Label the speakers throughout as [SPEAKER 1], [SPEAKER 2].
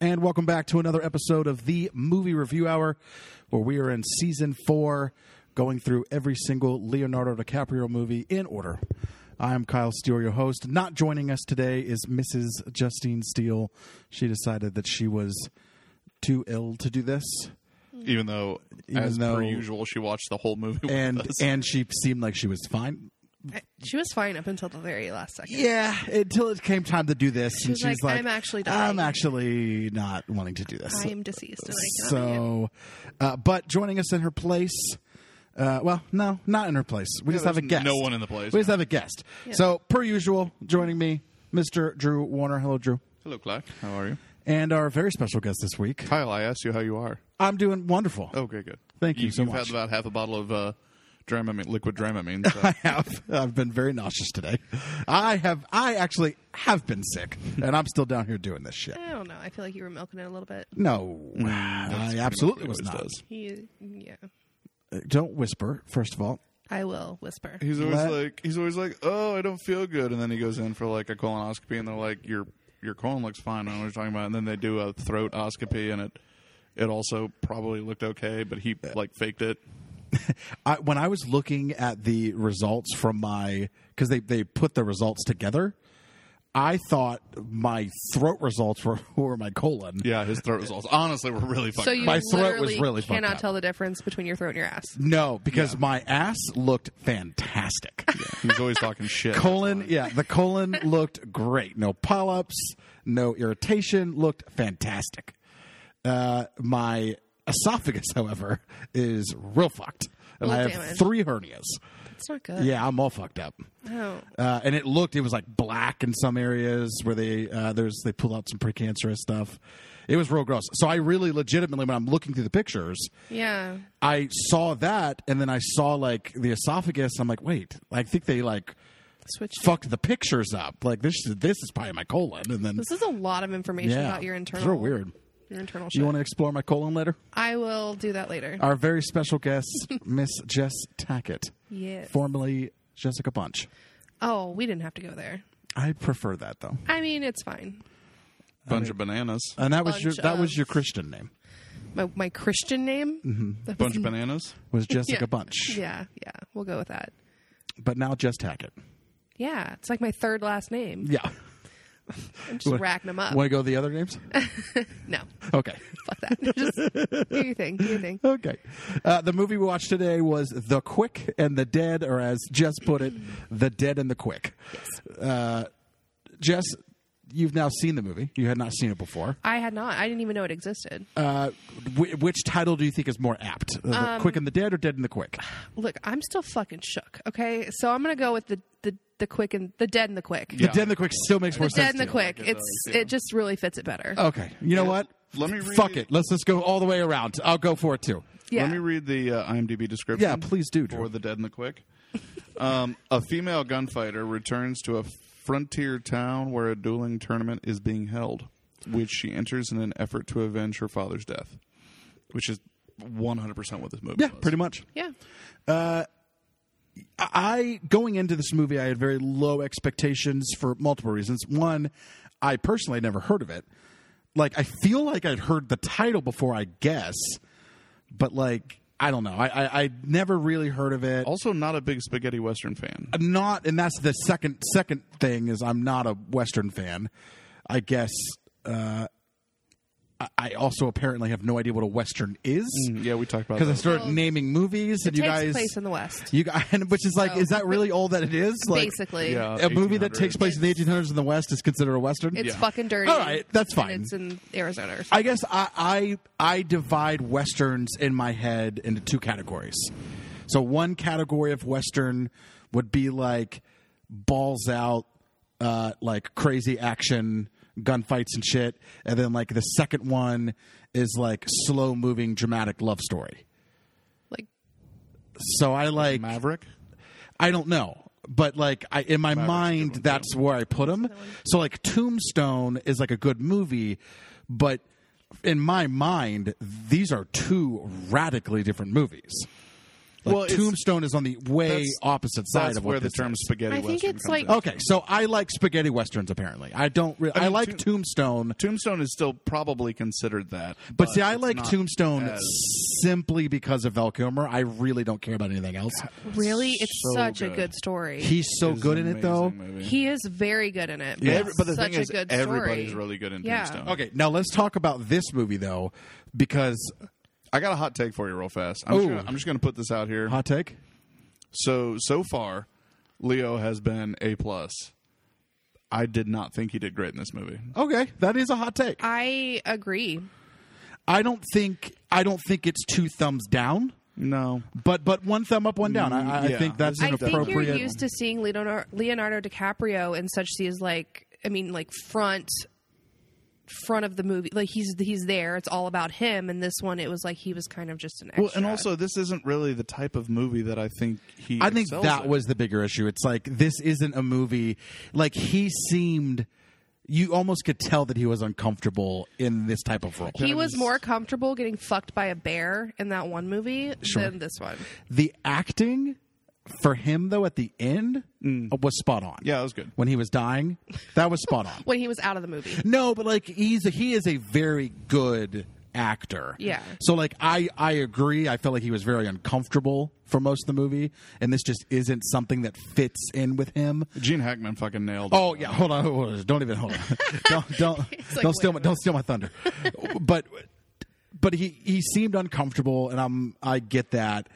[SPEAKER 1] And welcome back to another episode of the Movie Review Hour, where we are in season four, going through every single Leonardo DiCaprio movie in order. I am Kyle Steele, your host. Not joining us today is Mrs. Justine Steele. She decided that she was too ill to do this,
[SPEAKER 2] even though
[SPEAKER 1] Even
[SPEAKER 2] as
[SPEAKER 1] though-
[SPEAKER 2] per usual she watched the whole movie with
[SPEAKER 1] and
[SPEAKER 2] us.
[SPEAKER 1] and she seemed like she was fine.
[SPEAKER 3] She was fine up until the very last second.
[SPEAKER 1] Yeah, until it came time to do this, and
[SPEAKER 3] was
[SPEAKER 1] she's
[SPEAKER 3] like,
[SPEAKER 1] like,
[SPEAKER 3] "I'm actually
[SPEAKER 1] I'm
[SPEAKER 3] dying."
[SPEAKER 1] actually not wanting to do this."
[SPEAKER 3] I am deceased. And I cannot make it.
[SPEAKER 1] So, uh, but joining us in her place, uh, well, no, not in her place. We just have a
[SPEAKER 2] there's
[SPEAKER 1] guest.
[SPEAKER 2] no one in the place.
[SPEAKER 1] We just have a guest.
[SPEAKER 3] Yeah.
[SPEAKER 1] So, per usual, joining me, Mr. Drew Warner. Hello, Drew.
[SPEAKER 2] hello Clark how are you
[SPEAKER 1] And our very special guest this week.
[SPEAKER 2] Kyle I asked you how you are Oh,
[SPEAKER 1] I'm doing wonderful.
[SPEAKER 2] okay good
[SPEAKER 1] Thank you so
[SPEAKER 2] you've
[SPEAKER 1] much.
[SPEAKER 2] had about half a bottle of uh, Dramamine liquid Dramamine so.
[SPEAKER 1] I have. I've been very nauseous today. I have. I actually have been sick, and I'm still down here doing this shit.
[SPEAKER 3] I don't know. I feel like you were milking it a little bit.
[SPEAKER 1] No,
[SPEAKER 2] Mm,
[SPEAKER 1] I absolutely
[SPEAKER 2] he
[SPEAKER 1] was
[SPEAKER 2] always
[SPEAKER 1] not.
[SPEAKER 2] does.
[SPEAKER 3] You, yeah.
[SPEAKER 1] Don't whisper. First of all,
[SPEAKER 3] I will whisper.
[SPEAKER 2] he's always
[SPEAKER 1] Let-
[SPEAKER 2] like he's always like oh I don't feel good and then he goes in for like a colonoscopy and they're like your your colon looks fine I don't know what you're talking about and then they do a throat oscopy and it it also probably looked okay but he like faked it
[SPEAKER 1] I, when I was looking at the results from my because they they put the results together, I thought my throat results were were my colon.
[SPEAKER 2] yeah his throat results honestly were really fucking
[SPEAKER 3] So you
[SPEAKER 1] My throat was
[SPEAKER 3] literally
[SPEAKER 1] really fucked
[SPEAKER 3] cannot
[SPEAKER 1] up.
[SPEAKER 3] tell the difference between your throat and your ass.
[SPEAKER 1] No, because my ass looked fantastic.
[SPEAKER 2] he was always talking shit
[SPEAKER 1] colon, yeah, the colon looked great. No polyps, no irritation. Looked fantastic. Uh, my esophagus, however, is real fucked, and
[SPEAKER 3] Well,
[SPEAKER 1] I have
[SPEAKER 3] damn it.
[SPEAKER 1] three hernias.
[SPEAKER 3] It's not good.
[SPEAKER 1] Yeah, I'm all fucked up.
[SPEAKER 3] Oh.
[SPEAKER 1] uh, and it looked it was like black in some areas where they uh, there's they pulled out some precancerous stuff. It was real gross. So I really legitimately when I'm looking through the pictures,
[SPEAKER 3] Yeah.
[SPEAKER 1] I saw that and then I saw like the esophagus. I'm like, wait, I think they like
[SPEAKER 3] Switch.
[SPEAKER 1] fucked the pictures up. Like this this is probably my colon. And then
[SPEAKER 3] This is a lot of information
[SPEAKER 1] yeah,
[SPEAKER 3] about your internal.
[SPEAKER 1] It's real weird.
[SPEAKER 3] Your
[SPEAKER 1] You
[SPEAKER 3] internal
[SPEAKER 1] Uh,
[SPEAKER 3] shit.
[SPEAKER 1] want to explore my colon later?
[SPEAKER 3] I will do that later.
[SPEAKER 1] Our very special guest, Miss Jess Tackett,
[SPEAKER 3] Yes.
[SPEAKER 1] formerly Jessica Bunch.
[SPEAKER 3] oh, we didn't have to go there.
[SPEAKER 1] I prefer that though.
[SPEAKER 3] I mean, it's fine.
[SPEAKER 2] bunch of bananas
[SPEAKER 1] And that was your
[SPEAKER 3] Bunch
[SPEAKER 1] that was
[SPEAKER 3] of-
[SPEAKER 1] your Christian name.
[SPEAKER 3] My my Christian name. Mm-hmm.
[SPEAKER 2] bunch of bananas
[SPEAKER 1] was Jessica
[SPEAKER 3] Yeah.
[SPEAKER 1] Bunch,
[SPEAKER 3] Yeah. Yeah. We'll go with that.
[SPEAKER 1] but now Jess Hackett.
[SPEAKER 3] Yeah. It's like my third last name.
[SPEAKER 1] Yeah.
[SPEAKER 3] I'm just racking them up.
[SPEAKER 1] Want to go the other names?
[SPEAKER 3] No.
[SPEAKER 1] Okay.
[SPEAKER 3] fuck that. Just do your thing. Do your thing.
[SPEAKER 1] Okay. Uh, the movie we watched today was The Quick and the Dead, or as Jess put it, The Dead and the Quick. Uh, Jess, you've now seen the movie. You had not seen it before.
[SPEAKER 3] I had not. I didn't even know it existed.
[SPEAKER 1] Uh, wh- which title do you think is more apt, Uh, The
[SPEAKER 3] Um,
[SPEAKER 1] Quick and the Dead, or Dead and the Quick?
[SPEAKER 3] Look, I'm still fucking shook. Okay, so I'm gonna go with the the, the quick and the dead and the quick.
[SPEAKER 1] The Dead and the Quick still makes more
[SPEAKER 3] The dead
[SPEAKER 1] sense.
[SPEAKER 3] and the
[SPEAKER 1] to you.
[SPEAKER 3] quick.
[SPEAKER 2] like it,
[SPEAKER 3] It's
[SPEAKER 2] though, yeah. Oh,
[SPEAKER 3] it just really fits it better.
[SPEAKER 1] Okay. You know what?
[SPEAKER 2] Let me read-
[SPEAKER 1] Fuck it. Let's just go all the way around. I'll go for it too.
[SPEAKER 3] yeah.
[SPEAKER 2] Let me read the uh, IMDb description.
[SPEAKER 1] Yeah, please do, Drew.
[SPEAKER 2] For the dead and the quick. um, a female gunfighter returns to a frontier town where a dueling tournament is being held, which she enters in an effort to avenge her father's death, which is 100% what this movie
[SPEAKER 1] Yeah,
[SPEAKER 2] was.
[SPEAKER 1] pretty much.
[SPEAKER 3] yeah.
[SPEAKER 1] I going into this movie, I had very low expectations for multiple reasons. One, I personally never heard of it. Like, I feel like I'd heard the title before, I guess, but like, I don't know. I I, I never really heard of it.
[SPEAKER 2] Also, not a big spaghetti western fan.
[SPEAKER 1] I'm not, and that's the second second thing is I'm not a Western fan. I guess uh, I- I also apparently have no idea what a Western is
[SPEAKER 2] Yeah, we talked about
[SPEAKER 1] because I
[SPEAKER 2] that.
[SPEAKER 1] started
[SPEAKER 3] Mm, Well,
[SPEAKER 1] naming movies and
[SPEAKER 3] It
[SPEAKER 1] you
[SPEAKER 3] takes
[SPEAKER 1] guys.
[SPEAKER 3] place in the West,
[SPEAKER 1] you guys, which is like,
[SPEAKER 3] So-
[SPEAKER 1] is that really all that it is? Like,
[SPEAKER 3] basically.
[SPEAKER 2] Yeah.
[SPEAKER 1] a movie that
[SPEAKER 2] 1800s.
[SPEAKER 1] takes place in the 1800s in the West is considered a western.
[SPEAKER 3] It's
[SPEAKER 2] Yeah.
[SPEAKER 3] fucking dirty.
[SPEAKER 1] All right, that's
[SPEAKER 3] and
[SPEAKER 1] fine.
[SPEAKER 3] It's in Arizona. Or something.
[SPEAKER 1] I guess I, I I divide westerns in my head into two categories. So one category of western would be like balls out, uh, like crazy action, gunfights and shit, and then like the second one is like slow moving dramatic love story.
[SPEAKER 3] like
[SPEAKER 1] So I like
[SPEAKER 2] Maverick?
[SPEAKER 1] I don't know, but like I in my mind that's where I put them. So like Tombstone is like a good movie, but in my mind these are two radically different movies. Like
[SPEAKER 2] Well, it's-
[SPEAKER 1] Tombstone is on the way
[SPEAKER 2] That's-
[SPEAKER 1] opposite side
[SPEAKER 2] That's
[SPEAKER 1] of what
[SPEAKER 2] where the
[SPEAKER 1] this
[SPEAKER 2] term
[SPEAKER 1] is. Oh.
[SPEAKER 2] spaghetti
[SPEAKER 3] I think
[SPEAKER 2] western
[SPEAKER 3] it's
[SPEAKER 2] comes
[SPEAKER 3] like-
[SPEAKER 2] in.
[SPEAKER 1] Okay, so I like spaghetti westerns. Apparently, I don't. Re- I,
[SPEAKER 2] mean,
[SPEAKER 1] like
[SPEAKER 2] Tomb-
[SPEAKER 1] Tombstone,
[SPEAKER 2] Tombstone is still probably considered that.
[SPEAKER 1] but see, I
[SPEAKER 2] it's
[SPEAKER 1] like
[SPEAKER 2] not
[SPEAKER 1] Tombstone
[SPEAKER 2] as-
[SPEAKER 1] simply because of Val Kilmer. I really don't care about anything else.
[SPEAKER 3] Really, it's
[SPEAKER 2] So
[SPEAKER 3] such a
[SPEAKER 2] good.
[SPEAKER 3] good story. He,
[SPEAKER 1] He's so
[SPEAKER 2] It's
[SPEAKER 1] good
[SPEAKER 2] an
[SPEAKER 1] in it, though.
[SPEAKER 2] amazing movie.
[SPEAKER 3] is very good in it.
[SPEAKER 2] Every- but the
[SPEAKER 3] Such
[SPEAKER 2] thing
[SPEAKER 3] a
[SPEAKER 2] is,
[SPEAKER 3] good story.
[SPEAKER 2] everybody's really good in
[SPEAKER 3] Yeah.
[SPEAKER 2] Tombstone.
[SPEAKER 1] Okay, now let's talk about this movie though, because
[SPEAKER 2] I got a hot take for you, real fast. I'm just
[SPEAKER 1] Ooh.
[SPEAKER 2] gonna- I'm just going to put this out here.
[SPEAKER 1] hot take.
[SPEAKER 2] So so far, Leo has been a plus. I did not think he did great in this movie.
[SPEAKER 1] Okay, that is a hot take.
[SPEAKER 3] I agree.
[SPEAKER 1] I don't think I don't think it's two thumbs down,
[SPEAKER 2] No,
[SPEAKER 1] but but one thumb up, one down. I, I
[SPEAKER 2] Yeah.
[SPEAKER 1] think that's
[SPEAKER 2] I
[SPEAKER 1] an
[SPEAKER 3] I think you're
[SPEAKER 1] appropriate.
[SPEAKER 3] used to seeing Leonardo, Leonardo DiCaprio in such these like I mean like front front of the movie like he's he's there it's all about him and this one it was like he was kind of just an extra
[SPEAKER 2] well, and also this isn't really the type of movie that I think he.
[SPEAKER 1] I think
[SPEAKER 2] excels
[SPEAKER 1] that
[SPEAKER 2] at.
[SPEAKER 1] was the bigger issue. It's like this isn't a movie. Like he seemed, you almost could tell that he was uncomfortable in this type of role.
[SPEAKER 3] he was more comfortable getting fucked by a bear in that one movie
[SPEAKER 1] Sure.
[SPEAKER 3] than this one
[SPEAKER 1] The acting for him though at the end uh, was spot on.
[SPEAKER 2] Yeah, it was good.
[SPEAKER 1] when he was dying, that was spot on.
[SPEAKER 3] when he was out of the movie
[SPEAKER 1] No, but like he's a, he is a very good actor.
[SPEAKER 3] Yeah.
[SPEAKER 1] So like I I agree. I felt like he was very uncomfortable for most of the movie, and this just isn't something that fits in with him.
[SPEAKER 2] Gene Hackman fucking nailed. it.
[SPEAKER 1] Oh yeah, hold on, hold on. don't even hold on. don't don't
[SPEAKER 3] It's like,
[SPEAKER 1] don't steal
[SPEAKER 3] wait
[SPEAKER 1] my
[SPEAKER 3] a
[SPEAKER 1] don't steal my thunder. but but he he seemed uncomfortable, and I'm I get that.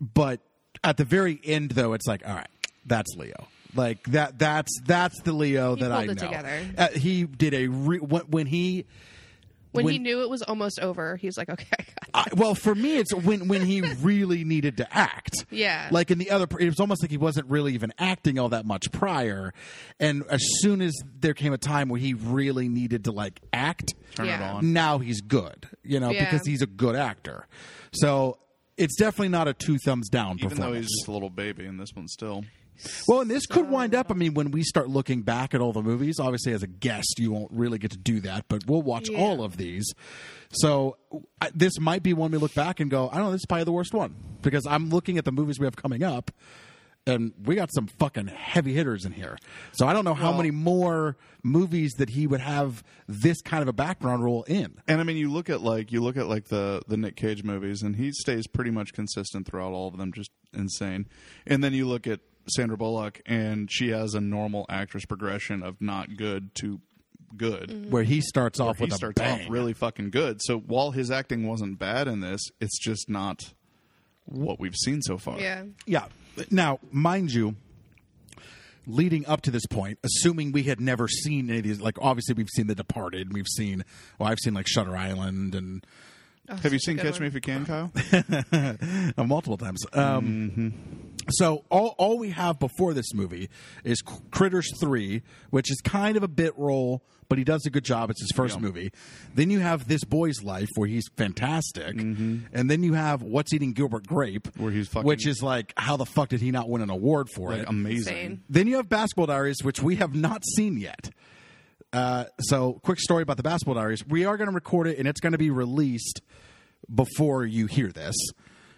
[SPEAKER 1] But at the very end, though, it's like all right, that's Leo. Like that that's that's the Leo that I
[SPEAKER 3] pulled
[SPEAKER 1] know.
[SPEAKER 3] it together.
[SPEAKER 1] Uh, he did a re- when, when he
[SPEAKER 3] when, he
[SPEAKER 1] When-
[SPEAKER 3] knew it was almost over he's like okay I got
[SPEAKER 1] I, well, for me, it's when when he really needed to act.
[SPEAKER 3] Yeah.
[SPEAKER 1] Like in the other, it was almost like he wasn't really even acting all that much prior, and as soon as there came a time where he really needed to like act,
[SPEAKER 2] Turn
[SPEAKER 3] Yeah.
[SPEAKER 2] it on.
[SPEAKER 1] now he's good. You know,
[SPEAKER 3] Yeah.
[SPEAKER 1] because he's a good actor. So. It's definitely not a two thumbs down
[SPEAKER 2] Even though
[SPEAKER 1] performance.
[SPEAKER 2] he's just a little baby in this one, still.
[SPEAKER 1] well, and this could wind up. I mean, when we start looking back at all the movies, obviously as a guest, you won't really get to do that, but we'll watch
[SPEAKER 3] Yeah.
[SPEAKER 1] all of these. So I, this might be one we look back and go, I don't know, this is probably the worst one because I'm looking at the movies we have coming up, and we got some fucking heavy hitters in here. So I don't know how
[SPEAKER 2] Well-
[SPEAKER 1] many more movies that he would have this kind of a background role in.
[SPEAKER 2] And I mean, you look at like you look at like the the Nick Cage movies, and he stays pretty much consistent throughout all of them, just insane. And then you look at Sandra Bullock, and she has a normal actress progression of not good to good.
[SPEAKER 1] Where he starts off
[SPEAKER 2] He
[SPEAKER 1] with a
[SPEAKER 2] starts off
[SPEAKER 1] bang.
[SPEAKER 2] really fucking good. So while his acting wasn't bad in this, it's just not what we've seen so far.
[SPEAKER 3] yeah
[SPEAKER 1] Yeah. Now, mind you, leading up to this point, assuming we had never seen any of these, like obviously we've seen The Departed, we've seen, well, I've seen like Shutter Island and
[SPEAKER 2] Have you seen
[SPEAKER 3] Oh, Good
[SPEAKER 2] Catch
[SPEAKER 3] one.
[SPEAKER 2] Me If You Can, Kyle?
[SPEAKER 1] uh, multiple times. Um,
[SPEAKER 2] Mm-hmm.
[SPEAKER 1] So all all we have before this movie is C- Critters Three, which is kind of a bit role, but he does a good job. It's his first
[SPEAKER 2] Yeah.
[SPEAKER 1] movie. Then you have This Boy's Life, where he's fantastic, and then you have What's Eating Gilbert Grape,
[SPEAKER 2] Mm-hmm. Where he's fucking-
[SPEAKER 1] which is like, how the fuck did he not win an award for it?
[SPEAKER 2] Like amazing.
[SPEAKER 3] insane
[SPEAKER 1] Then you have Basketball Diaries, which we have not seen yet. Uh, so, quick story about the Basketball Diaries. We are going to record it, and it's going to be released before you hear this.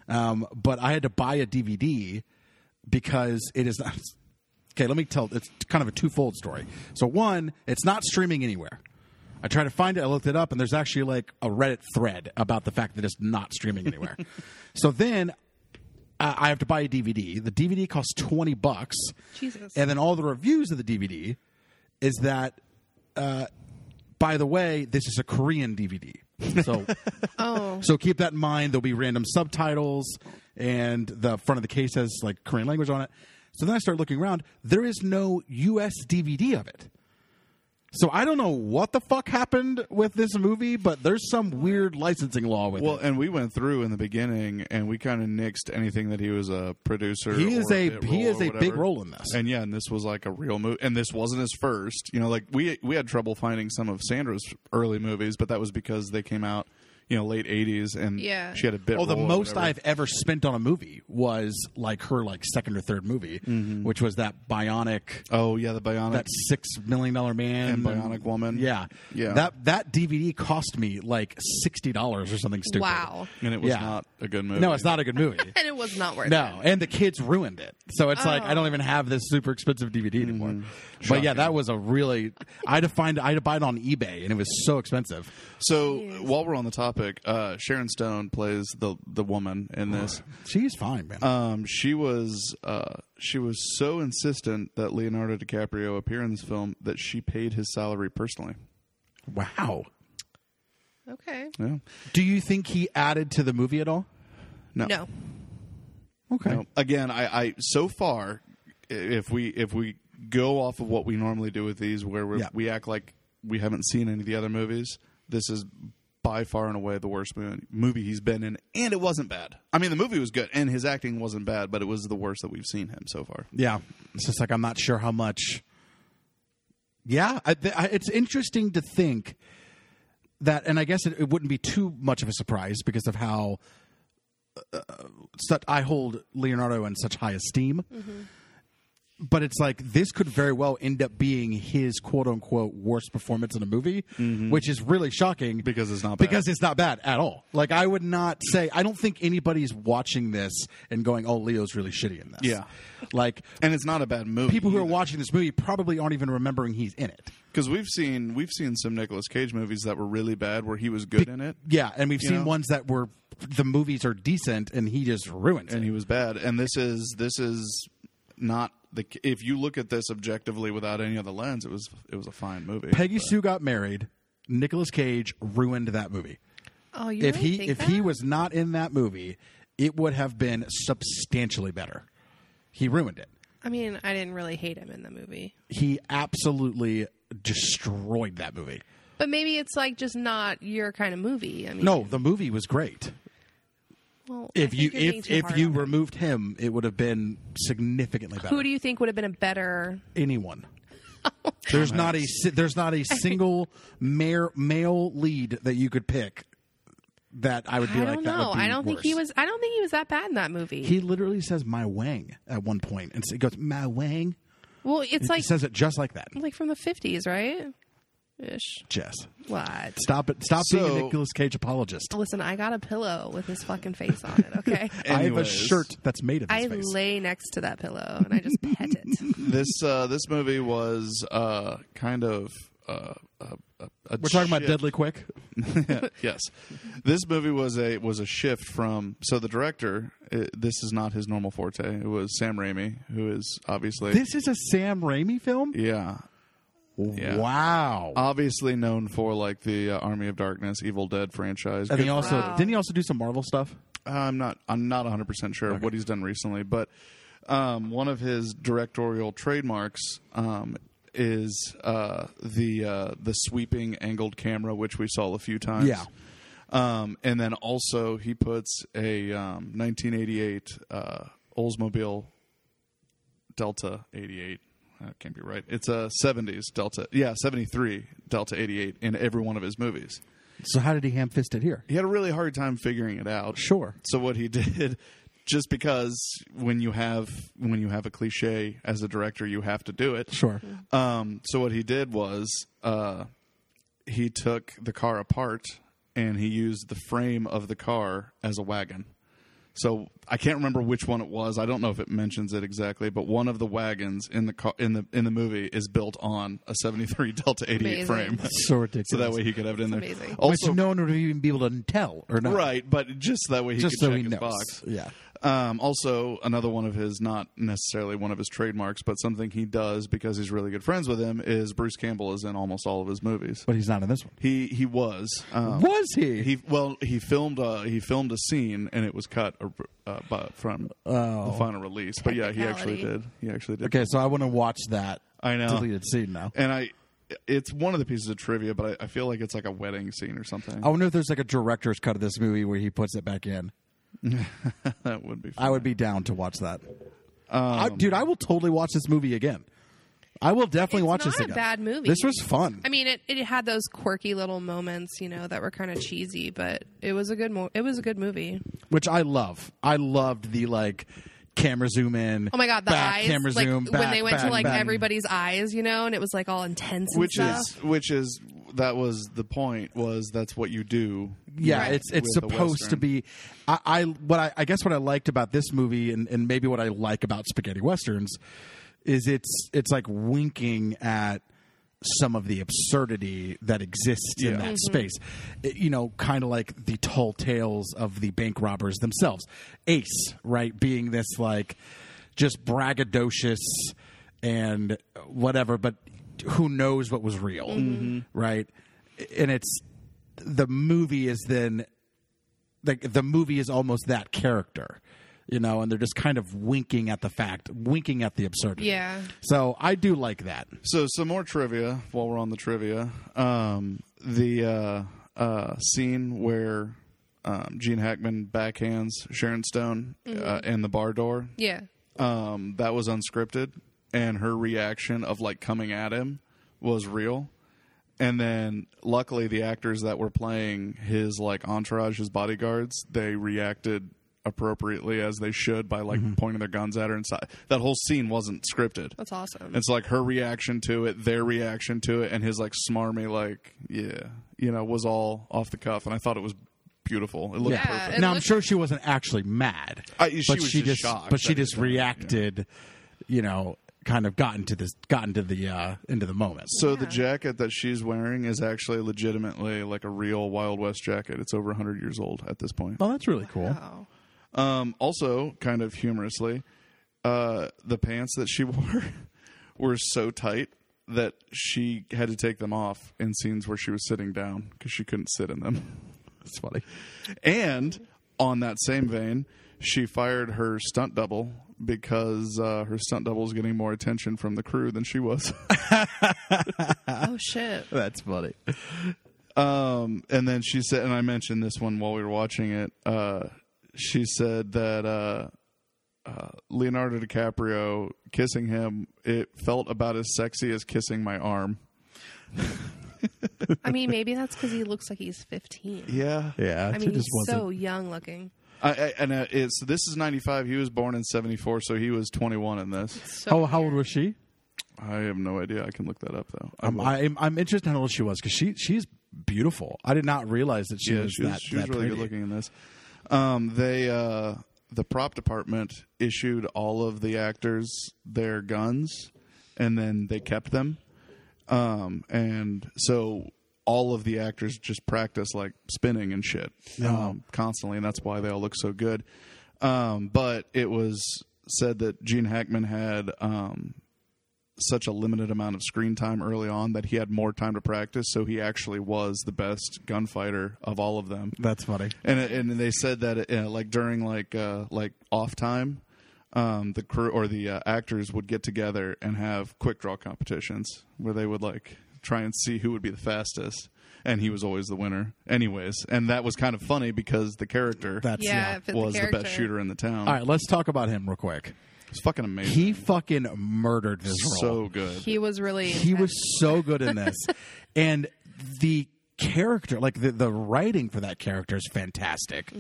[SPEAKER 1] Um, but I had to buy a DVD because it is not. Okay, let me tell. It's kind of a twofold story. So, one, it's not streaming anywhere. I tried to find it. I looked it up, and there's actually like a Reddit thread about the fact that it's not streaming anywhere. so then uh, I have to buy a DVD. The DVD costs twenty bucks.
[SPEAKER 3] Jesus.
[SPEAKER 1] And then all the reviews of the DVD is that, uh, by the way, this is a Korean DVD. So,
[SPEAKER 3] oh
[SPEAKER 1] so keep that in mind. There'll be random subtitles, and the front of the case has like Korean language on it. So then I start looking around. There is no U.S. DVD of it. So I don't know what the fuck happened with this movie, but there's some weird licensing law with it.
[SPEAKER 2] Well, and we went through in the beginning, and we kind of nixed anything that he was a producer.
[SPEAKER 1] He
[SPEAKER 2] or
[SPEAKER 1] is a-
[SPEAKER 2] bit
[SPEAKER 1] he
[SPEAKER 2] role
[SPEAKER 1] is
[SPEAKER 2] or
[SPEAKER 1] a
[SPEAKER 2] whatever.
[SPEAKER 1] big role in this.
[SPEAKER 2] And yeah, and this was like a real movie, and this wasn't his first. You know, like we we had trouble finding some of Sandra's early movies, but that was because they came out. you know late '80s, and
[SPEAKER 3] Yeah.
[SPEAKER 2] she had a bit.
[SPEAKER 1] Oh, the
[SPEAKER 2] role or
[SPEAKER 1] most
[SPEAKER 2] whatever.
[SPEAKER 1] I've ever spent on a movie was like her like second or third movie,
[SPEAKER 2] Mm-hmm.
[SPEAKER 1] which was that bionic
[SPEAKER 2] Oh yeah, the bionic.
[SPEAKER 1] that six million dollar man
[SPEAKER 2] And Bionic Woman.
[SPEAKER 1] Yeah,
[SPEAKER 2] Yeah.
[SPEAKER 1] That that DVD cost me like sixty dollars or something stupid.
[SPEAKER 3] Wow.
[SPEAKER 2] and it was
[SPEAKER 1] yeah.
[SPEAKER 2] not a good movie.
[SPEAKER 1] No, it's not a good movie.
[SPEAKER 3] And it was not worth it.
[SPEAKER 1] no, and the kids ruined it. So it's like
[SPEAKER 3] Oh.
[SPEAKER 1] I don't even have this super expensive DVD anymore. But yeah,
[SPEAKER 2] Mm-hmm. Shocking.
[SPEAKER 1] that was a really I had to find I had to buy it on eBay, and it was so expensive.
[SPEAKER 2] So while we're on the topic, uh, Sharon Stone plays the the woman in this.
[SPEAKER 1] She's fine, man.
[SPEAKER 2] Um, she was uh, she was so insistent that Leonardo DiCaprio appear in this film that she paid his salary personally.
[SPEAKER 1] wow.
[SPEAKER 3] Okay.
[SPEAKER 2] Yeah.
[SPEAKER 1] Do you think he added to the movie at all?
[SPEAKER 2] No.
[SPEAKER 3] No.
[SPEAKER 1] Okay.
[SPEAKER 2] No. Again, I, I so far, i- if we if we go off of what we normally do with these, where we're,
[SPEAKER 1] Yeah.
[SPEAKER 2] we act like we haven't seen any of the other movies, this is by far and away the worst mo- movie he's been in, and it wasn't bad. I mean, the movie was good, and his acting wasn't bad, but it was the worst that we've seen him so far.
[SPEAKER 1] Yeah, it's just like I'm not sure how much. Yeah, I, th- I, it's interesting to think that, and I guess it, it wouldn't be too much of a surprise because of how uh, such, I hold Leonardo in such high esteem.
[SPEAKER 2] Mm-hmm.
[SPEAKER 1] But it's like this could very well end up being his quote unquote worst performance in a movie, which is really shocking
[SPEAKER 2] Mm-hmm. Because it's not bad.
[SPEAKER 1] because it's not bad at all. Like I would not say I don't think anybody's watching this and going, "Oh, Leo's really shitty in this."
[SPEAKER 2] Yeah.
[SPEAKER 1] like
[SPEAKER 2] And it's not a bad movie.
[SPEAKER 1] people who are watching this movie probably aren't even remembering he's in it.
[SPEAKER 2] because we've seen we've seen some Nicolas Cage movies that were really bad where he was good in it
[SPEAKER 1] Yeah, and we've
[SPEAKER 2] You
[SPEAKER 1] seen
[SPEAKER 2] know?
[SPEAKER 1] ones that were the movies are decent and he just ruins
[SPEAKER 2] and
[SPEAKER 1] it.
[SPEAKER 2] he was bad. And this is this is not the if you look at this objectively without any other lens, it was it was a fine movie.
[SPEAKER 1] Peggy Sue got married. Nicolas Cage ruined that movie.
[SPEAKER 3] Oh, you
[SPEAKER 1] If
[SPEAKER 3] really
[SPEAKER 1] he
[SPEAKER 3] think
[SPEAKER 1] if
[SPEAKER 3] that?
[SPEAKER 1] he was not in that movie, it would have been substantially better. He ruined it.
[SPEAKER 3] I mean, I didn't really hate him in the movie.
[SPEAKER 1] He absolutely destroyed that movie.
[SPEAKER 3] But maybe it's like just not your kind of movie. I mean,
[SPEAKER 1] No, the movie was great.
[SPEAKER 3] Well, I
[SPEAKER 1] If
[SPEAKER 3] think
[SPEAKER 1] you
[SPEAKER 3] you're being
[SPEAKER 1] if
[SPEAKER 3] too
[SPEAKER 1] if
[SPEAKER 3] hard
[SPEAKER 1] you
[SPEAKER 3] on him.
[SPEAKER 1] removed him, it would have been significantly better.
[SPEAKER 3] who do you think would have been a better?
[SPEAKER 1] anyone. There's not a si- there's not a single mare, male lead that you could pick that I would be
[SPEAKER 3] I
[SPEAKER 1] like
[SPEAKER 3] don't
[SPEAKER 1] that
[SPEAKER 3] know.
[SPEAKER 1] would be
[SPEAKER 3] I don't think he
[SPEAKER 1] worse."
[SPEAKER 3] was. I don't think he was that bad in that movie.
[SPEAKER 1] He literally says "my wang" at one point, and so he goes "my wang."
[SPEAKER 3] well, it's
[SPEAKER 1] he
[SPEAKER 3] like
[SPEAKER 1] says it just like that.
[SPEAKER 3] like from the fifties, right? Ish.
[SPEAKER 1] Jess,
[SPEAKER 3] What?
[SPEAKER 1] stop it! Stop being a
[SPEAKER 2] So-
[SPEAKER 1] Nicolas Cage apologist.
[SPEAKER 3] Listen, I got a pillow with his fucking face on it. Okay.
[SPEAKER 1] I have a
[SPEAKER 2] Anyways.
[SPEAKER 1] shirt that's made of his
[SPEAKER 3] I
[SPEAKER 1] face.
[SPEAKER 3] lay next to that pillow and I just pet it.
[SPEAKER 2] This uh, this movie was uh, kind of. Uh, a, a, a
[SPEAKER 1] We're talking about
[SPEAKER 2] shift-
[SPEAKER 1] Deadly Quick.
[SPEAKER 2] yes, this movie was a was a shift from. So the director, uh this is not his normal forte. It was Sam Raimi, who is obviously
[SPEAKER 1] This is a Sam Raimi film.
[SPEAKER 2] yeah,
[SPEAKER 1] Wow.
[SPEAKER 2] Uh, obviously known for like the uh, Army of Darkness, Evil Dead franchise.
[SPEAKER 1] and he
[SPEAKER 2] Good-
[SPEAKER 1] also
[SPEAKER 3] Wow.
[SPEAKER 1] didn't he also do some Marvel stuff?
[SPEAKER 2] Uh, I'm not I'm not 100 percent sure what he's done recently, but um, one of his directorial trademarks um, is uh, the uh, the sweeping angled camera, which we saw a few times.
[SPEAKER 1] Yeah.
[SPEAKER 2] Um, and then also he puts a um, 1988 uh, Oldsmobile Delta 88. That can't be right. It's a 70s Delta. Yeah, 73 Delta 88 in every one of his movies.
[SPEAKER 1] So how did he ham fist it here?
[SPEAKER 2] He had a really hard time figuring it out.
[SPEAKER 1] Sure.
[SPEAKER 2] So what he did, just because when you have when you have a cliche as a director, you have to do it.
[SPEAKER 1] Sure.
[SPEAKER 2] Um, so what he did was uh, he took the car apart and he used the frame of the car as a wagon. So I can't remember which one it was. I don't know if it mentions it exactly, but one of the wagons in the car, in the in the movie is built on a '73 Delta 88
[SPEAKER 3] Amazing.
[SPEAKER 2] frame.
[SPEAKER 1] So ridiculous.
[SPEAKER 2] So that way he could have it in there.
[SPEAKER 3] That's amazing.
[SPEAKER 2] Also,
[SPEAKER 1] Which no one would even be able to tell or know.
[SPEAKER 2] Right, but just that way he
[SPEAKER 1] Just
[SPEAKER 2] could
[SPEAKER 1] so
[SPEAKER 2] check
[SPEAKER 1] he
[SPEAKER 2] his
[SPEAKER 1] knows.
[SPEAKER 2] box.
[SPEAKER 1] Yeah.
[SPEAKER 2] Um, also, another one of his, not necessarily one of his trademarks, but something he does because he's really good friends with him, is Bruce Campbell is in almost all of his movies.
[SPEAKER 1] But he's not in this one.
[SPEAKER 2] He he was um,
[SPEAKER 1] Was he?
[SPEAKER 2] he well he filmed uh, he filmed a scene and it was cut uh, uh, bu- from the final release. But yeah, he actually did.
[SPEAKER 3] Technicality.
[SPEAKER 2] He actually did.
[SPEAKER 1] Oh. Okay, so I want to watch that
[SPEAKER 2] I know.
[SPEAKER 1] deleted scene now.
[SPEAKER 2] And I, it's one of the pieces of trivia, but I, I feel like it's like a wedding scene or something.
[SPEAKER 1] I wonder if there's like a director's cut of this movie where he puts it back in.
[SPEAKER 2] that would be. Fun. Um,
[SPEAKER 1] I would be down to watch that. I, dude, I will totally watch this movie again. I will definitely
[SPEAKER 3] It's
[SPEAKER 1] watch this
[SPEAKER 3] not a
[SPEAKER 1] again.
[SPEAKER 3] bad movie.
[SPEAKER 1] This was fun.
[SPEAKER 3] I mean, it, it had those quirky little moments, you know, that were kind of cheesy, but it was a good mo- it was a good movie.
[SPEAKER 1] which I love. I loved the like camera zoom in.
[SPEAKER 3] Oh my god, the
[SPEAKER 1] back,
[SPEAKER 3] eyes
[SPEAKER 1] camera
[SPEAKER 3] like
[SPEAKER 1] zoom
[SPEAKER 3] when
[SPEAKER 1] back,
[SPEAKER 3] they went to
[SPEAKER 1] back,
[SPEAKER 3] like
[SPEAKER 1] back.
[SPEAKER 3] everybody's eyes, you know, and it was like all intense and
[SPEAKER 2] which
[SPEAKER 3] stuff.
[SPEAKER 2] is which is that was the point was that's what you do.
[SPEAKER 1] Yeah,
[SPEAKER 3] Right.
[SPEAKER 1] it's it's
[SPEAKER 2] with a
[SPEAKER 1] supposed to
[SPEAKER 2] Western.
[SPEAKER 1] be. I, I what I, I guess what I liked about this movie and, and maybe what I like about spaghetti westerns is it's it's like winking at some of the absurdity that exists
[SPEAKER 2] Yeah.
[SPEAKER 1] in that space. It- you know, kind of like the tall tales of the bank robbers themselves. Ace, right, being this like just braggadocious and whatever, but who knows what was real, right? And it's the movie is then like the movie is almost that character you know and they're just kind of winking at the fact winking at the absurdity
[SPEAKER 3] Yeah.
[SPEAKER 1] so i do like that
[SPEAKER 2] So some more trivia while we're on the trivia. Um, the uh, uh, scene where um, Gene Hackman backhands Sharon Stone uh,
[SPEAKER 3] Mm-hmm.
[SPEAKER 2] in the bar door.
[SPEAKER 3] yeah.
[SPEAKER 2] Um, that was unscripted, and her reaction of like coming at him was real. And then, luckily, the actors that were playing his like entourage, his bodyguards, they reacted appropriately as they should by like pointing their guns at her. And si- that whole scene wasn't scripted.
[SPEAKER 3] That's awesome.
[SPEAKER 2] It's like her reaction to it, their reaction to it, and his like smarmy, like, yeah, you know, was all off the cuff. And I thought it was beautiful. It looked
[SPEAKER 3] Yeah.
[SPEAKER 2] perfect.
[SPEAKER 3] it
[SPEAKER 1] now i'm
[SPEAKER 3] looked-
[SPEAKER 1] sure she wasn't actually mad
[SPEAKER 2] I- she was just shocked
[SPEAKER 1] but she
[SPEAKER 2] that he
[SPEAKER 1] just
[SPEAKER 2] was mad, yeah.
[SPEAKER 1] reacted you know kind of got into this got into the uh into the moment
[SPEAKER 2] So the jacket that she's wearing is actually legitimately like a real Wild West jacket. It's over 100 years old at this point.
[SPEAKER 1] oh that's really cool
[SPEAKER 3] Oh.
[SPEAKER 2] Um, also, kind of humorously, uh, the pants that she wore were so tight that she had to take them off in scenes where she was sitting down because she couldn't sit in them.
[SPEAKER 1] that's funny
[SPEAKER 2] And on that same vein, she fired her stunt double because uh, her stunt double was getting more attention from the crew than she was.
[SPEAKER 3] oh shit.
[SPEAKER 1] that's funny
[SPEAKER 2] um, and then she said, and I mentioned this one while we were watching it. Uh, she said that uh, uh, Leonardo DiCaprio kissing him, it felt about as sexy as kissing my arm.
[SPEAKER 3] I mean, maybe that's cuz he looks like he's 15.
[SPEAKER 2] Yeah.
[SPEAKER 1] yeah
[SPEAKER 3] I mean, he's so young looking.
[SPEAKER 2] I, I, and uh, it's this is 95. He was born in 74, so he was 21 in this.
[SPEAKER 3] So
[SPEAKER 1] how, how old was she
[SPEAKER 2] I have no idea. I can look that up, though.
[SPEAKER 1] I'm, I'm, I'm interested in how old she was because she she's beautiful i did not realize that she
[SPEAKER 2] yeah,
[SPEAKER 1] was
[SPEAKER 2] she was,
[SPEAKER 1] that,
[SPEAKER 2] she was
[SPEAKER 1] that
[SPEAKER 2] really
[SPEAKER 1] pretty.
[SPEAKER 2] good looking in this. Um, they uh, the prop department issued all of the actors their guns, and then they kept them. Um, and so all of the actors just practice like spinning and shit um, constantly, and that's why they all look so good. Um, but it was said that Gene Hackman had um, such a limited amount of screen time early on that he had more time to practice, so he actually was the best gunfighter of all of them.
[SPEAKER 1] that's funny
[SPEAKER 2] And and they said that uh, like during like uh, like off time, um, the crew or the uh, actors would get together and have quick draw competitions where they would like try and see who would be the fastest. And he was always the winner, anyways. And that was kind of funny because the character
[SPEAKER 1] that's
[SPEAKER 3] yeah, if it's
[SPEAKER 2] was the,
[SPEAKER 3] character.
[SPEAKER 2] best shooter in the town.
[SPEAKER 1] All right, let's talk about him real quick.
[SPEAKER 2] It's fucking amazing.
[SPEAKER 1] He fucking murdered this role.
[SPEAKER 2] so good.
[SPEAKER 3] He was really
[SPEAKER 1] he
[SPEAKER 3] intense.
[SPEAKER 1] was so good in this, and the character, like the the writing for that character, is fantastic,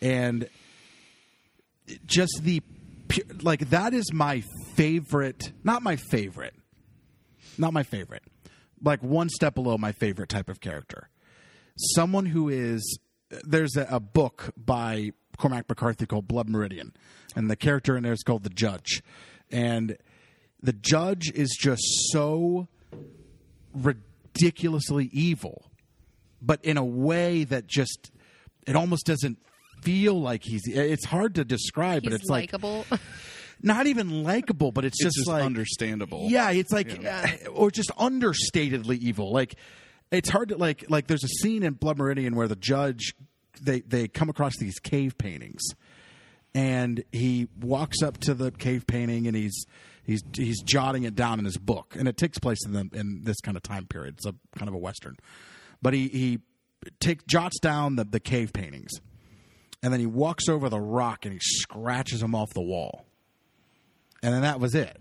[SPEAKER 1] and just the pu- like that is my favorite. Not my favorite. Not my favorite. Like one step below my favorite type of character. someone who is there's a, a book by Cormac McCarthy called Blood Meridian, and the character in there is called the Judge, and the Judge is just so ridiculously evil, but in a way that just it almost doesn't feel like he's. It's hard to describe, but
[SPEAKER 3] He's
[SPEAKER 1] it's like
[SPEAKER 3] likable.
[SPEAKER 1] not even likable, but it's,
[SPEAKER 2] it's
[SPEAKER 1] just
[SPEAKER 2] just
[SPEAKER 1] like
[SPEAKER 2] understandable.
[SPEAKER 1] yeah, it's like, uh, or just understatedly evil. Like, it's hard to like. Like, there's a scene in Blood Meridian where the judge they they come across these cave paintings, and he walks up to the cave painting and he's he's he's jotting it down in his book, and it takes place in the in this kind of time period. It's a kind of a western, but he he take jots down the the cave paintings, and then he walks over the rock and he scratches them off the wall, and then that was it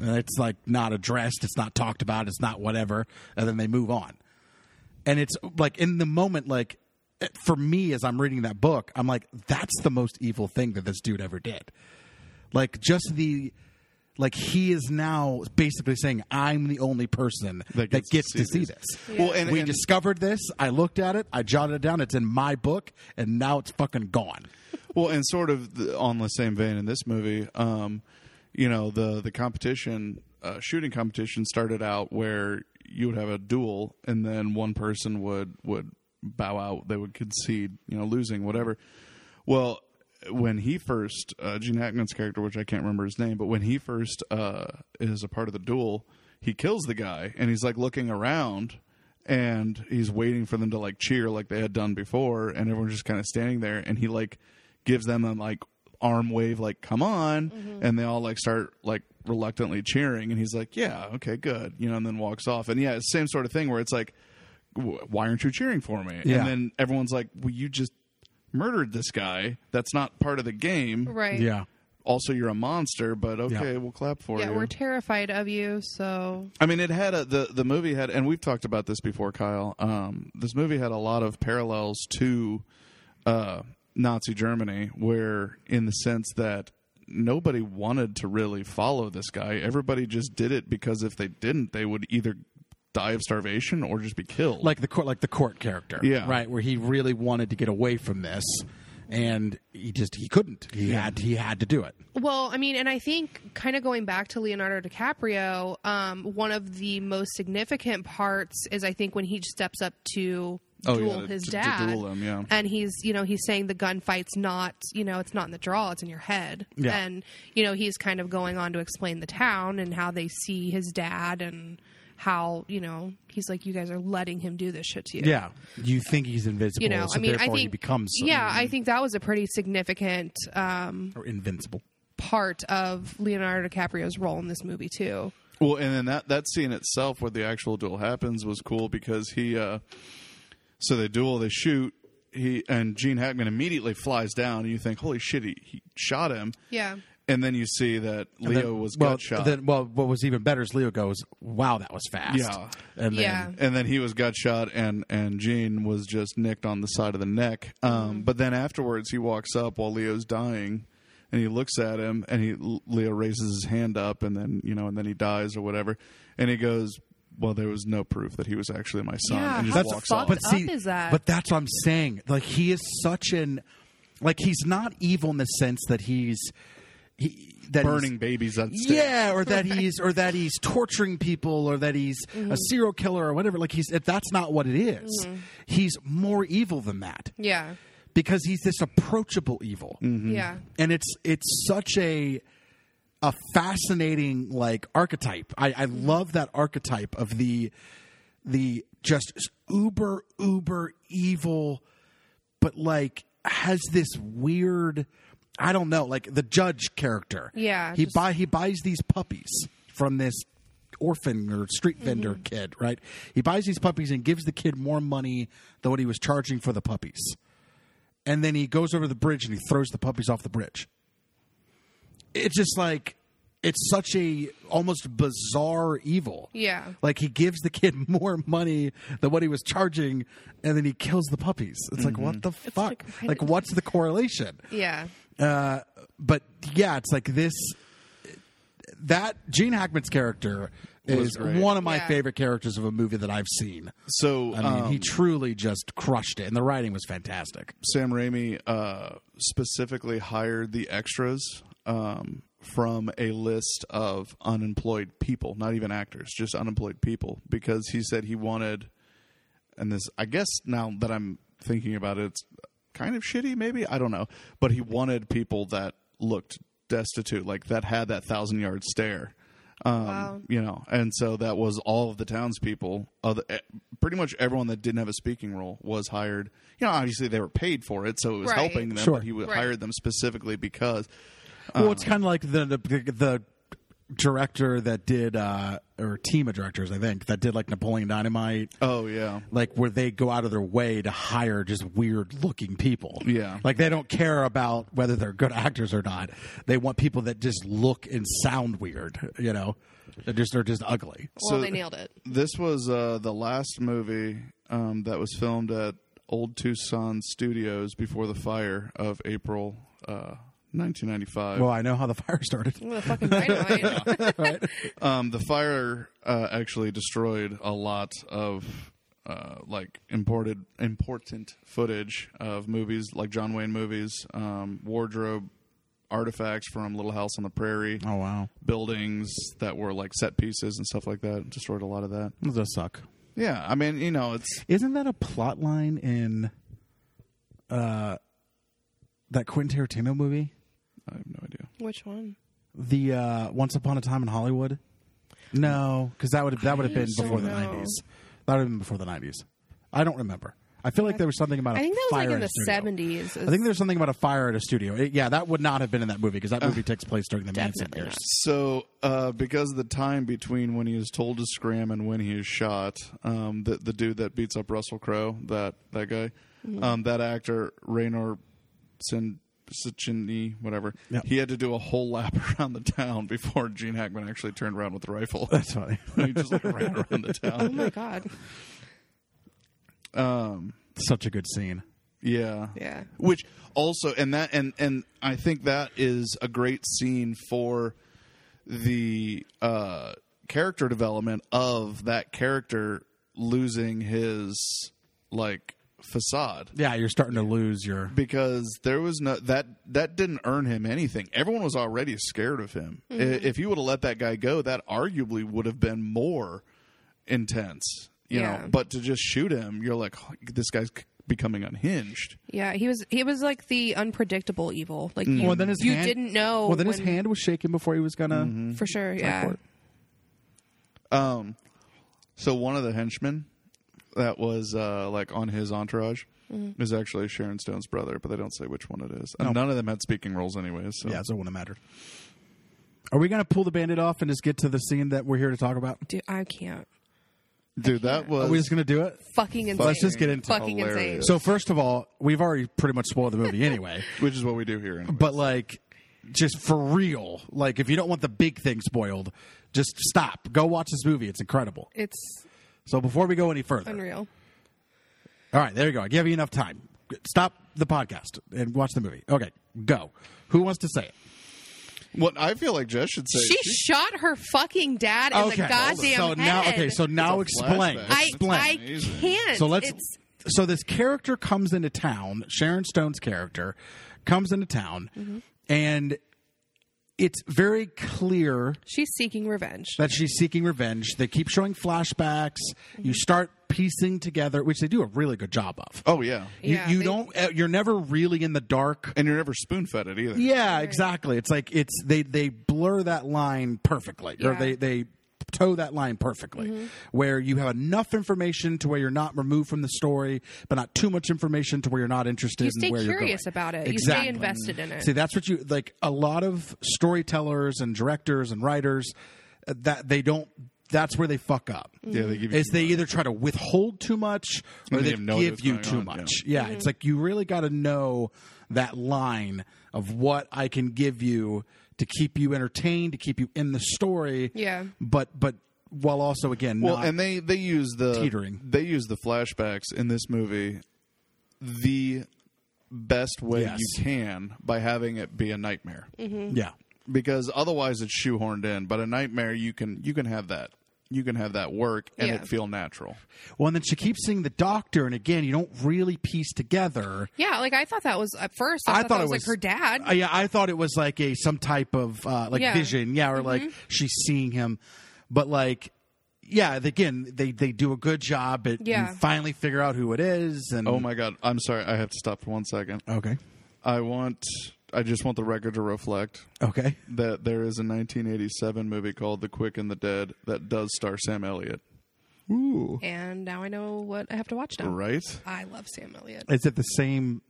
[SPEAKER 1] And it's like not addressed, it's not talked about, it's not whatever, and then they move on. And it's like in the moment, like it- for me as I'm reading that book, I'm like, that's the most evil thing that this dude ever did. Like just the like he is now basically saying, I'm the only person that gets, to, see this.
[SPEAKER 2] Well, and-
[SPEAKER 1] we
[SPEAKER 2] and-
[SPEAKER 1] discovered this. I looked at it. I jotted it down. It's in my book, and now it's fucking gone.
[SPEAKER 2] Well, and sort of the, on the same vein in this movie, um, you know, the the competition uh, shooting competition started out where you would have a duel, and then one person would would bow out, they would concede, you know, losing whatever. Well, when he first uh, Gene Hackman's character, which I can't remember his name, but when he first uh, is a part of the duel, he kills the guy, and he's like looking around and he's waiting for them to like cheer like they had done before and everyone's just kind of standing there and he like gives them a like arm wave like come on
[SPEAKER 3] Mm-hmm.
[SPEAKER 2] and they all like start like reluctantly cheering and he's like yeah okay good you know and then walks off and yeah it's the same sort of thing where it's like "W- why aren't you cheering for me
[SPEAKER 1] Yeah.
[SPEAKER 2] and then everyone's like well you just murdered this guy that's not part of the game
[SPEAKER 3] Right.
[SPEAKER 1] Yeah.
[SPEAKER 2] also you're a monster but okay
[SPEAKER 1] Yeah.
[SPEAKER 2] we'll clap for
[SPEAKER 3] Yeah,
[SPEAKER 2] you
[SPEAKER 3] we're terrified of you, so
[SPEAKER 2] I mean, it had a, the the movie had, and we've talked about this before, Kyle. Um, this movie had a lot of parallels to uh, Nazi Germany, where in the sense that nobody wanted to really follow this guy. Everybody just did it because if they didn't, they would either die of starvation or just be killed.
[SPEAKER 1] like the court like the court character
[SPEAKER 2] Yeah.
[SPEAKER 1] right where he really wanted to get away from this and he just he couldn't he had he had to do it
[SPEAKER 3] Well, I mean, and I think kind of going back to Leonardo DiCaprio, um, one of the most significant parts is I think when he steps up to
[SPEAKER 2] Oh, yeah,
[SPEAKER 3] duel
[SPEAKER 2] to-
[SPEAKER 3] his
[SPEAKER 2] to- to
[SPEAKER 3] dad,
[SPEAKER 2] duel him, yeah.
[SPEAKER 3] and he's you know he's saying the gunfight's not you know it's not in the draw, it's in your head,
[SPEAKER 1] Yeah.
[SPEAKER 3] and you know he's kind of going on to explain the town and how they see his dad and how you know he's like you guys are letting him do this shit to you,
[SPEAKER 1] yeah you think he's invisible
[SPEAKER 3] you know
[SPEAKER 1] so
[SPEAKER 3] I mean I
[SPEAKER 1] therefore
[SPEAKER 3] think
[SPEAKER 1] he becomes
[SPEAKER 3] yeah I think that was a pretty significant. Um,
[SPEAKER 1] or invincible
[SPEAKER 3] part of Leonardo DiCaprio's role in this movie too.
[SPEAKER 2] Well, and then that that scene itself, where the actual duel happens, was cool because he. Uh, so they duel, they shoot. He and Gene Hackman immediately flies down, and you think, "Holy shit, he, he shot him!"
[SPEAKER 3] Yeah.
[SPEAKER 2] And then you see that
[SPEAKER 1] And
[SPEAKER 2] Leo
[SPEAKER 1] then-
[SPEAKER 2] was
[SPEAKER 1] well,
[SPEAKER 2] gut shot,
[SPEAKER 1] then well what was even better is leo goes wow that was fast
[SPEAKER 2] Yeah.
[SPEAKER 1] and then
[SPEAKER 3] Yeah.
[SPEAKER 2] and then he was gut shot, and and Gene was just nicked on the side of the neck.
[SPEAKER 1] Mm-hmm.
[SPEAKER 2] Um, But then afterwards, he walks up while Leo's dying, and he looks at him, and he Leo raises his hand up, and then you know, and then he dies or whatever, and he goes. Well, there was no proof that he was actually my son,
[SPEAKER 3] Yeah,
[SPEAKER 2] and just
[SPEAKER 3] how
[SPEAKER 1] That's-
[SPEAKER 2] walks
[SPEAKER 3] fucked
[SPEAKER 2] off.
[SPEAKER 3] up is that?
[SPEAKER 1] But that's what I'm saying. Like he is such an like he's not evil in the sense that he's he that he's-
[SPEAKER 2] burning babies on stage.
[SPEAKER 1] Yeah, or that he's or that he's torturing people or that he's a serial killer or whatever. Like he's that's not what it is. He's more evil than that
[SPEAKER 3] Yeah.
[SPEAKER 1] because he's this approachable evil.
[SPEAKER 3] Yeah.
[SPEAKER 1] And it's it's such a a fascinating like archetype. I, I love that archetype of the the just uber uber evil but like has this weird I don't know, like the judge character.
[SPEAKER 3] Yeah,
[SPEAKER 1] He
[SPEAKER 3] just-
[SPEAKER 1] buy he buys these puppies from this orphan or
[SPEAKER 3] Mm-hmm.
[SPEAKER 1] street vendor kid, right? He buys these puppies and gives the kid more money than what he was charging for the puppies. And then he goes over the bridge and he throws the puppies off the bridge. It's just like it's such a almost bizarre evil.
[SPEAKER 3] Yeah.
[SPEAKER 1] Like he gives the kid more money than what he was charging, and then he kills the puppies. It's like what
[SPEAKER 2] Mm-hmm.
[SPEAKER 1] the fuck?
[SPEAKER 3] like, why
[SPEAKER 1] Like
[SPEAKER 3] did-
[SPEAKER 1] what's the correlation?
[SPEAKER 3] Yeah.
[SPEAKER 1] Uh, but yeah, it's like this. That Gene Hackman's character
[SPEAKER 2] Was
[SPEAKER 1] is
[SPEAKER 2] great.
[SPEAKER 1] one of my
[SPEAKER 3] Yeah.
[SPEAKER 1] favorite characters of a movie that I've seen.
[SPEAKER 2] So
[SPEAKER 1] I mean,
[SPEAKER 2] um,
[SPEAKER 1] he truly just crushed it, and the writing was fantastic.
[SPEAKER 2] Sam Raimi uh, specifically hired the extras um, from a list of unemployed people, not even actors, just unemployed people, because he said he wanted, and this, I guess now that I'm thinking about it, it's kind of shitty, maybe? I don't know. But he wanted people that looked destitute, like that had that thousand yard stare. Um,
[SPEAKER 3] Wow.
[SPEAKER 2] You know, and so that was all of the townspeople. Other, eh, pretty much everyone that didn't have a speaking role was hired. You know, obviously they were paid for it, so it was
[SPEAKER 3] Right.
[SPEAKER 2] helping them.
[SPEAKER 1] Sure.
[SPEAKER 2] But he would
[SPEAKER 3] Right.
[SPEAKER 2] hired them specifically because
[SPEAKER 1] Well, it's kind of like the the, the director that did uh or team of directors I think that did like Napoleon Dynamite
[SPEAKER 2] Oh yeah.
[SPEAKER 1] like where they go out of their way to hire just weird looking people.
[SPEAKER 2] Yeah.
[SPEAKER 1] Like they don't care about whether they're good actors or not. They want people that just look and sound weird, you know. They just are just ugly.
[SPEAKER 3] Well,
[SPEAKER 2] So-
[SPEAKER 3] they nailed it.
[SPEAKER 2] This was uh, the last movie um, that was filmed at Old Tucson Studios before the fire of April uh, 1995.
[SPEAKER 1] Well, I know how the fire started.
[SPEAKER 3] With a fucking dynamite.
[SPEAKER 2] um, the fire uh, actually destroyed a lot of uh, like imported important footage of movies like John Wayne movies, um, wardrobe artifacts from Little House on the Prairie,
[SPEAKER 1] Oh wow.
[SPEAKER 2] buildings that were like set pieces and stuff like that. Destroyed a lot of that.
[SPEAKER 1] That does suck.
[SPEAKER 2] Yeah, I mean, you know, it's
[SPEAKER 1] Isn't that a plot line in uh that Quentin Tarantino movie?
[SPEAKER 2] I have no idea.
[SPEAKER 3] Which one?
[SPEAKER 1] The uh Once Upon a Time in Hollywood? No, because that would that would have been
[SPEAKER 3] don't
[SPEAKER 1] before the
[SPEAKER 3] know.
[SPEAKER 1] nineties. That would have been before the nineties. I don't remember. I feel like there was something about. a
[SPEAKER 3] I think that was
[SPEAKER 1] fire
[SPEAKER 3] like
[SPEAKER 1] at
[SPEAKER 3] in
[SPEAKER 1] a
[SPEAKER 3] the
[SPEAKER 1] studio.
[SPEAKER 3] seventies.
[SPEAKER 1] I think there's something about a fire at a studio. It- yeah, that would not have been in that movie because that movie takes place during the Manson
[SPEAKER 3] definitely
[SPEAKER 1] years.
[SPEAKER 2] So, uh, because of the time between when he is told to scram and when he is shot, um, the the dude that beats up Russell Crowe, that that guy, um, that actor Raynor Sin. Sachini, whatever.
[SPEAKER 1] Yeah.
[SPEAKER 2] He had to do a whole lap around the town before Gene Hackman actually turned around with the rifle.
[SPEAKER 1] That's funny.
[SPEAKER 2] he just like ran around the
[SPEAKER 3] Oh
[SPEAKER 2] town.
[SPEAKER 3] my god.
[SPEAKER 1] Such a good scene.
[SPEAKER 2] Yeah.
[SPEAKER 3] Yeah.
[SPEAKER 2] Which also and that and and I think that is a great scene for the uh character development of that character losing his like facade
[SPEAKER 1] Yeah, you're starting to lose your.
[SPEAKER 2] because there was no that that didn't earn him anything. Everyone was already scared of him. I-
[SPEAKER 3] Mm-hmm.
[SPEAKER 2] If you would have let that guy go, that arguably would have been more intense, you
[SPEAKER 3] Yeah.
[SPEAKER 2] know. But to just shoot him, you're like "Oh, this guy's c- becoming unhinged.
[SPEAKER 3] Yeah, he was he was like the unpredictable evil. Like you,
[SPEAKER 1] Mm. Well, then his
[SPEAKER 3] you
[SPEAKER 1] hand-
[SPEAKER 3] didn't know
[SPEAKER 1] Well, then his
[SPEAKER 3] when- Mm-hmm.
[SPEAKER 1] hand was shaking before he was gonna.
[SPEAKER 3] for sure, yeah.
[SPEAKER 2] Um, so one of the henchmen that was uh, like on his entourage is actually Sharon Stone's brother, but they don't say which one it is. And none of them had speaking roles, anyways. So.
[SPEAKER 1] Yeah, so it wouldn't have mattered. Are we gonna pull the bandit off and just get to the scene that we're here to talk about?
[SPEAKER 3] Dude, I can't.
[SPEAKER 2] dude, that
[SPEAKER 1] Are
[SPEAKER 2] was
[SPEAKER 1] we just gonna do it?
[SPEAKER 3] Fucking insane.
[SPEAKER 1] Let's just get into it.
[SPEAKER 3] fucking insane.
[SPEAKER 2] Hilarious.
[SPEAKER 1] So first of all, we've already pretty much spoiled the movie anyway.
[SPEAKER 2] which is what we do here. anyway.
[SPEAKER 1] but like just for real like if you don't want the big thing spoiled just stop go watch this movie it's incredible
[SPEAKER 3] It's
[SPEAKER 1] so before we go any further
[SPEAKER 3] unreal.
[SPEAKER 1] all right there you go i gave you enough time stop the podcast and watch the movie okay go who wants to say it
[SPEAKER 2] what I feel like Jess should say.
[SPEAKER 3] She shot her fucking dad in
[SPEAKER 1] okay
[SPEAKER 3] the goddamn
[SPEAKER 1] so
[SPEAKER 3] head.
[SPEAKER 1] now okay so now
[SPEAKER 2] It's a
[SPEAKER 1] explain
[SPEAKER 2] flashback.
[SPEAKER 3] I
[SPEAKER 1] explain
[SPEAKER 3] I
[SPEAKER 2] Amazing.
[SPEAKER 3] can't.
[SPEAKER 1] so let's
[SPEAKER 3] It's,
[SPEAKER 1] so this character comes into town sharon stone's character comes into town
[SPEAKER 3] Mm-hmm.
[SPEAKER 1] and it's very clear
[SPEAKER 3] she's seeking revenge.
[SPEAKER 1] that she's seeking revenge. They keep showing flashbacks.
[SPEAKER 3] Mm-hmm.
[SPEAKER 1] You start piecing together, which they do a really good job of.
[SPEAKER 2] oh yeah,
[SPEAKER 3] Yeah,
[SPEAKER 1] you you
[SPEAKER 3] they-
[SPEAKER 1] don't. uh, You're never really in the dark.
[SPEAKER 2] and you're never spoon fed it either.
[SPEAKER 1] Yeah, exactly. It's like it's they they blur that line perfectly, or
[SPEAKER 3] Yeah. Mm-hmm.
[SPEAKER 1] they they toe that line perfectly, where you have enough information to where you're not removed from the story, but not too much information to where you're not interested.
[SPEAKER 3] You
[SPEAKER 1] in
[SPEAKER 3] stay
[SPEAKER 1] where you're
[SPEAKER 3] curious
[SPEAKER 1] going.
[SPEAKER 3] about it. You
[SPEAKER 1] Exactly.
[SPEAKER 3] stay invested in it.
[SPEAKER 1] See, that's what you like. A lot of storytellers and directors and writers uh, that they don't. That's where they fuck up.
[SPEAKER 3] Mm-hmm.
[SPEAKER 2] Yeah, they give you
[SPEAKER 1] Is
[SPEAKER 2] too
[SPEAKER 1] they either try to withhold too much or
[SPEAKER 2] And
[SPEAKER 1] they
[SPEAKER 2] they have no idea
[SPEAKER 1] give
[SPEAKER 2] what's
[SPEAKER 1] you
[SPEAKER 2] going
[SPEAKER 1] too
[SPEAKER 2] on,
[SPEAKER 1] much. Yeah, it's
[SPEAKER 3] Mm-hmm.
[SPEAKER 1] like you really got to know that line of what I can give you to keep you entertained, to keep you in the story.
[SPEAKER 3] Yeah.
[SPEAKER 1] but but while also again,
[SPEAKER 2] Well,
[SPEAKER 1] not-
[SPEAKER 2] and they they use the
[SPEAKER 1] teetering.
[SPEAKER 2] They use the flashbacks in this movie the best way
[SPEAKER 1] Yes.
[SPEAKER 2] you can by having it be a nightmare.
[SPEAKER 3] Mm-hmm.
[SPEAKER 1] yeah,
[SPEAKER 2] because otherwise it's shoehorned in. But a nightmare, you can you can have that you can have that work and
[SPEAKER 3] Yeah.
[SPEAKER 2] it feel natural.
[SPEAKER 1] well, and then she keeps seeing the doctor, and again, you don't really piece together.
[SPEAKER 3] yeah, like I thought that was at first. I,
[SPEAKER 1] I
[SPEAKER 3] thought,
[SPEAKER 1] thought it
[SPEAKER 3] that was,
[SPEAKER 1] was-
[SPEAKER 3] like her dad.
[SPEAKER 1] Uh, yeah, I thought it was like a some type of uh, like
[SPEAKER 3] Yeah. Mm-hmm.
[SPEAKER 1] vision, yeah, or like she's seeing him, but like, yeah, again, they they do a good job at you
[SPEAKER 3] Yeah.
[SPEAKER 1] finally figure out who it is, and
[SPEAKER 2] Oh my god! I'm sorry, I have to stop for one second.
[SPEAKER 1] okay,
[SPEAKER 2] I want I just want the record to reflect
[SPEAKER 1] okay,
[SPEAKER 2] that there is a 1987 movie called The Quick and the Dead that does star Sam Elliott. Ooh,
[SPEAKER 3] and now I know what I have to watch now.
[SPEAKER 2] right.
[SPEAKER 1] Oh,
[SPEAKER 3] I love Sam Elliott.
[SPEAKER 1] is it the same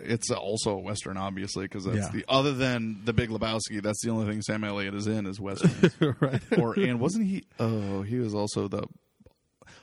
[SPEAKER 2] it's also a western, obviously, because that's
[SPEAKER 1] Yeah.
[SPEAKER 2] the other than the Big Lebowski. That's the only thing Sam Elliott is in is western.
[SPEAKER 1] right.
[SPEAKER 2] or and wasn't he? Oh, he was also the.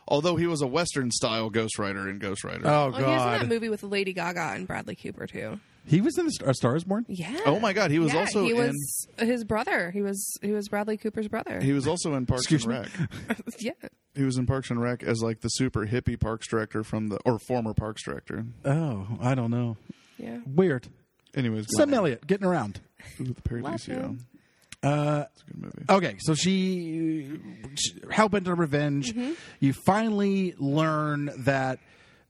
[SPEAKER 2] Although he was a western style ghostwriter in Ghost Rider.
[SPEAKER 1] Oh
[SPEAKER 3] Well, he was in that
[SPEAKER 1] god.
[SPEAKER 3] movie with Lady Gaga and Bradley Cooper too.
[SPEAKER 1] He was in the Star, A Star Is Born.
[SPEAKER 3] Yeah.
[SPEAKER 2] Oh my God, he was
[SPEAKER 3] Yeah,
[SPEAKER 2] also
[SPEAKER 3] he
[SPEAKER 2] in-
[SPEAKER 3] was his brother. He was he was Bradley Cooper's brother.
[SPEAKER 2] He was also in Parks
[SPEAKER 1] Excuse
[SPEAKER 2] and
[SPEAKER 1] me?
[SPEAKER 2] Rec.
[SPEAKER 3] yeah.
[SPEAKER 2] He was in Parks and Rec as like the super hippie parks director from the or former parks director.
[SPEAKER 1] Oh, I don't know.
[SPEAKER 3] Yeah.
[SPEAKER 1] Weird.
[SPEAKER 2] Anyways,
[SPEAKER 1] Sam Elliott getting around.
[SPEAKER 2] with Paradisio.
[SPEAKER 3] him.
[SPEAKER 1] Uh,
[SPEAKER 2] It's a good movie.
[SPEAKER 1] okay, so she, she hell bent on revenge.
[SPEAKER 3] Mm-hmm.
[SPEAKER 1] You finally learn that,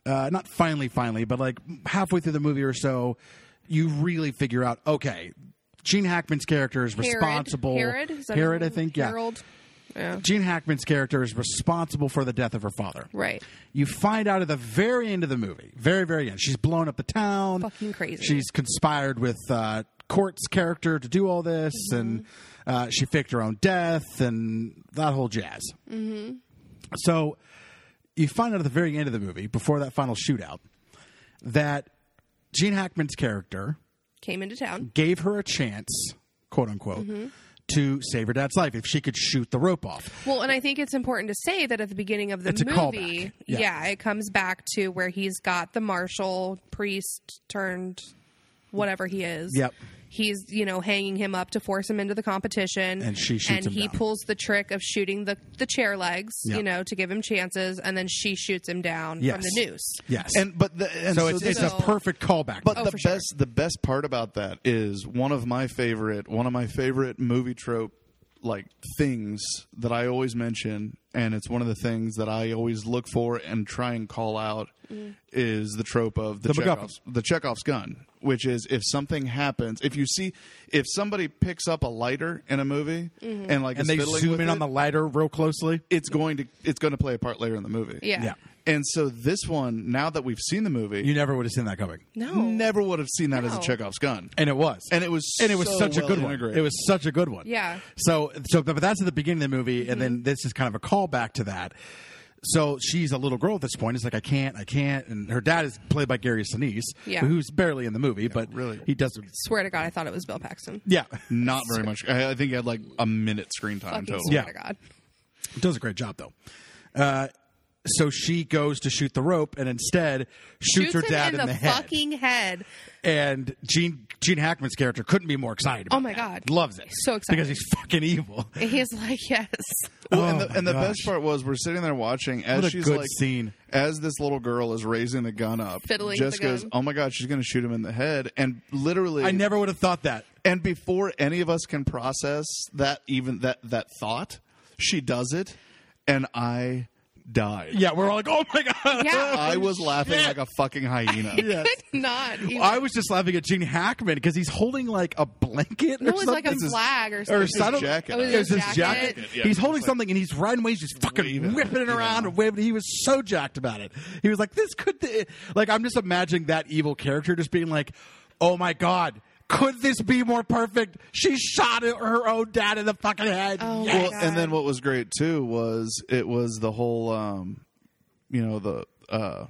[SPEAKER 1] uh, not finally, finally, but like halfway through the movie or so, you really figure out. Okay, Gene Hackman's character is responsible.
[SPEAKER 3] Herod. Herod, Is that his
[SPEAKER 1] Herod I
[SPEAKER 3] name?
[SPEAKER 1] think. Yeah.
[SPEAKER 3] Harold. Yeah.
[SPEAKER 1] Gene Hackman's character is responsible for the death of her father.
[SPEAKER 3] Right.
[SPEAKER 1] You find out at the very end of the movie, very very end, she's blown up the town.
[SPEAKER 3] Fucking crazy.
[SPEAKER 1] She's conspired with uh, Court's character to do all this,
[SPEAKER 3] Mm-hmm.
[SPEAKER 1] and uh, she faked her own death and that whole jazz. Mm-hmm. So you find out at the very end of the movie, before that final shootout, that Gene Hackman's character
[SPEAKER 3] Came into town.
[SPEAKER 1] gave her a chance, quote unquote,
[SPEAKER 3] Mm-hmm.
[SPEAKER 1] to save her dad's life if she could shoot the rope off.
[SPEAKER 3] Well, and I think it's important to say that at the beginning of the
[SPEAKER 1] It's a
[SPEAKER 3] movie,
[SPEAKER 1] callback. Yeah.
[SPEAKER 3] it comes back to where he's got the marshal priest turned whatever he is.
[SPEAKER 1] Yep.
[SPEAKER 3] He's, you know, hanging him up to force him into the competition.
[SPEAKER 1] And she shoots
[SPEAKER 3] And
[SPEAKER 1] him
[SPEAKER 3] he
[SPEAKER 1] down.
[SPEAKER 3] pulls the trick of shooting the, the chair legs, you
[SPEAKER 1] Yep.
[SPEAKER 3] know, to give him chances, and then she shoots him down from
[SPEAKER 1] Yes.
[SPEAKER 3] the noose.
[SPEAKER 1] Yes.
[SPEAKER 2] And but the, and
[SPEAKER 1] so, it's,
[SPEAKER 2] this
[SPEAKER 1] it's
[SPEAKER 2] is-
[SPEAKER 1] a perfect callback.
[SPEAKER 2] But
[SPEAKER 3] Oh,
[SPEAKER 2] the
[SPEAKER 3] for
[SPEAKER 2] best
[SPEAKER 3] sure.
[SPEAKER 2] the best part about that is one of my favorite one of my favorite movie trope like things that I always mention and it's one of the things that I always look for and try and call out
[SPEAKER 3] Mm.
[SPEAKER 2] is the trope of the,
[SPEAKER 1] The MacGuffin.
[SPEAKER 2] Chekhov's the Chekhov's gun, which is if something happens, if you see if somebody picks up a lighter in a movie
[SPEAKER 3] Mm-hmm.
[SPEAKER 2] and like
[SPEAKER 1] and
[SPEAKER 2] is
[SPEAKER 1] they
[SPEAKER 2] fiddling
[SPEAKER 1] zoom
[SPEAKER 2] with
[SPEAKER 1] in on
[SPEAKER 2] it,
[SPEAKER 1] the lighter real closely.
[SPEAKER 2] it's going to it's going to play a part later in the movie.
[SPEAKER 3] Yeah.
[SPEAKER 1] Yeah.
[SPEAKER 2] And so this one, now that we've seen the movie,
[SPEAKER 1] You never would have seen that coming.
[SPEAKER 3] No.
[SPEAKER 2] never would have seen that as a
[SPEAKER 3] No.
[SPEAKER 2] Chekhov's gun.
[SPEAKER 1] And it was.
[SPEAKER 2] And it was
[SPEAKER 1] and it was
[SPEAKER 2] so
[SPEAKER 1] such a
[SPEAKER 2] well
[SPEAKER 1] good one.
[SPEAKER 2] integrated.
[SPEAKER 1] It was such a good one.
[SPEAKER 3] Yeah. Mm-hmm.
[SPEAKER 1] So so but that's at the beginning of the movie and then this is kind of a callback to that. So she's a little girl at this point. It's like I can't, I can't, and her dad is played by Gary Sinise,
[SPEAKER 3] Yeah.
[SPEAKER 1] who's barely in the movie, but
[SPEAKER 2] really.
[SPEAKER 1] he doesn't.
[SPEAKER 3] Swear to God, I thought it was Bill Paxton.
[SPEAKER 1] Yeah,
[SPEAKER 2] Not very much. I, I think he had like a minute screen time
[SPEAKER 3] Fucking
[SPEAKER 2] total.
[SPEAKER 3] swear
[SPEAKER 1] Yeah.
[SPEAKER 3] to God.
[SPEAKER 1] does a great job though. Uh, so she goes to shoot the rope and instead shoots, her
[SPEAKER 3] him
[SPEAKER 1] dad
[SPEAKER 3] in, the,
[SPEAKER 1] head.
[SPEAKER 3] fucking head.
[SPEAKER 1] and Gene Gene Hackman's character couldn't be more excited. About
[SPEAKER 3] Oh my
[SPEAKER 1] that.
[SPEAKER 3] God.
[SPEAKER 1] loves it.
[SPEAKER 3] So excited.
[SPEAKER 1] because he's fucking evil.
[SPEAKER 3] And he's like, yes.
[SPEAKER 2] Well,
[SPEAKER 1] Oh
[SPEAKER 2] and
[SPEAKER 1] my
[SPEAKER 2] the, and the
[SPEAKER 1] gosh.
[SPEAKER 2] best part was we're sitting there watching as
[SPEAKER 1] What a
[SPEAKER 2] she's
[SPEAKER 1] good
[SPEAKER 2] like
[SPEAKER 1] scene.
[SPEAKER 2] as this little girl is raising the gun up.
[SPEAKER 3] Fiddling
[SPEAKER 2] Jess
[SPEAKER 3] with the
[SPEAKER 2] goes,
[SPEAKER 3] gun.
[SPEAKER 2] "Oh my god, she's going to shoot him in the head!" And literally,
[SPEAKER 1] I never would have thought that.
[SPEAKER 2] And before any of us can process that even that that thought, she does it, and I died.
[SPEAKER 1] Yeah, we're all like, oh my god.
[SPEAKER 3] Yeah.
[SPEAKER 2] I was laughing
[SPEAKER 1] Shit.
[SPEAKER 2] like a fucking hyena.
[SPEAKER 1] Yes.
[SPEAKER 3] Not. Even.
[SPEAKER 1] I was just laughing at Gene Hackman because he's holding like a blanket.
[SPEAKER 3] No,
[SPEAKER 1] or
[SPEAKER 3] it was like a
[SPEAKER 1] something.
[SPEAKER 2] his-
[SPEAKER 3] flag or something.
[SPEAKER 1] or something.
[SPEAKER 2] jacket.
[SPEAKER 3] It was
[SPEAKER 1] It was
[SPEAKER 3] his
[SPEAKER 1] his
[SPEAKER 3] jacket.
[SPEAKER 1] jacket.
[SPEAKER 2] Yeah,
[SPEAKER 1] he's
[SPEAKER 2] he
[SPEAKER 1] holding
[SPEAKER 2] was like-
[SPEAKER 1] something and he's riding away. He's just fucking
[SPEAKER 2] Waving.
[SPEAKER 1] whipping it around and waving. He was so jacked about it. He was like, "This could th- like I'm just imagining that evil character just being like, oh my god." Could this be more perfect? She shot her own dad in the fucking head.
[SPEAKER 3] Oh my
[SPEAKER 1] Yes.
[SPEAKER 2] well,
[SPEAKER 3] God.
[SPEAKER 2] and then what was great too was it was the whole, um, you know, the uh,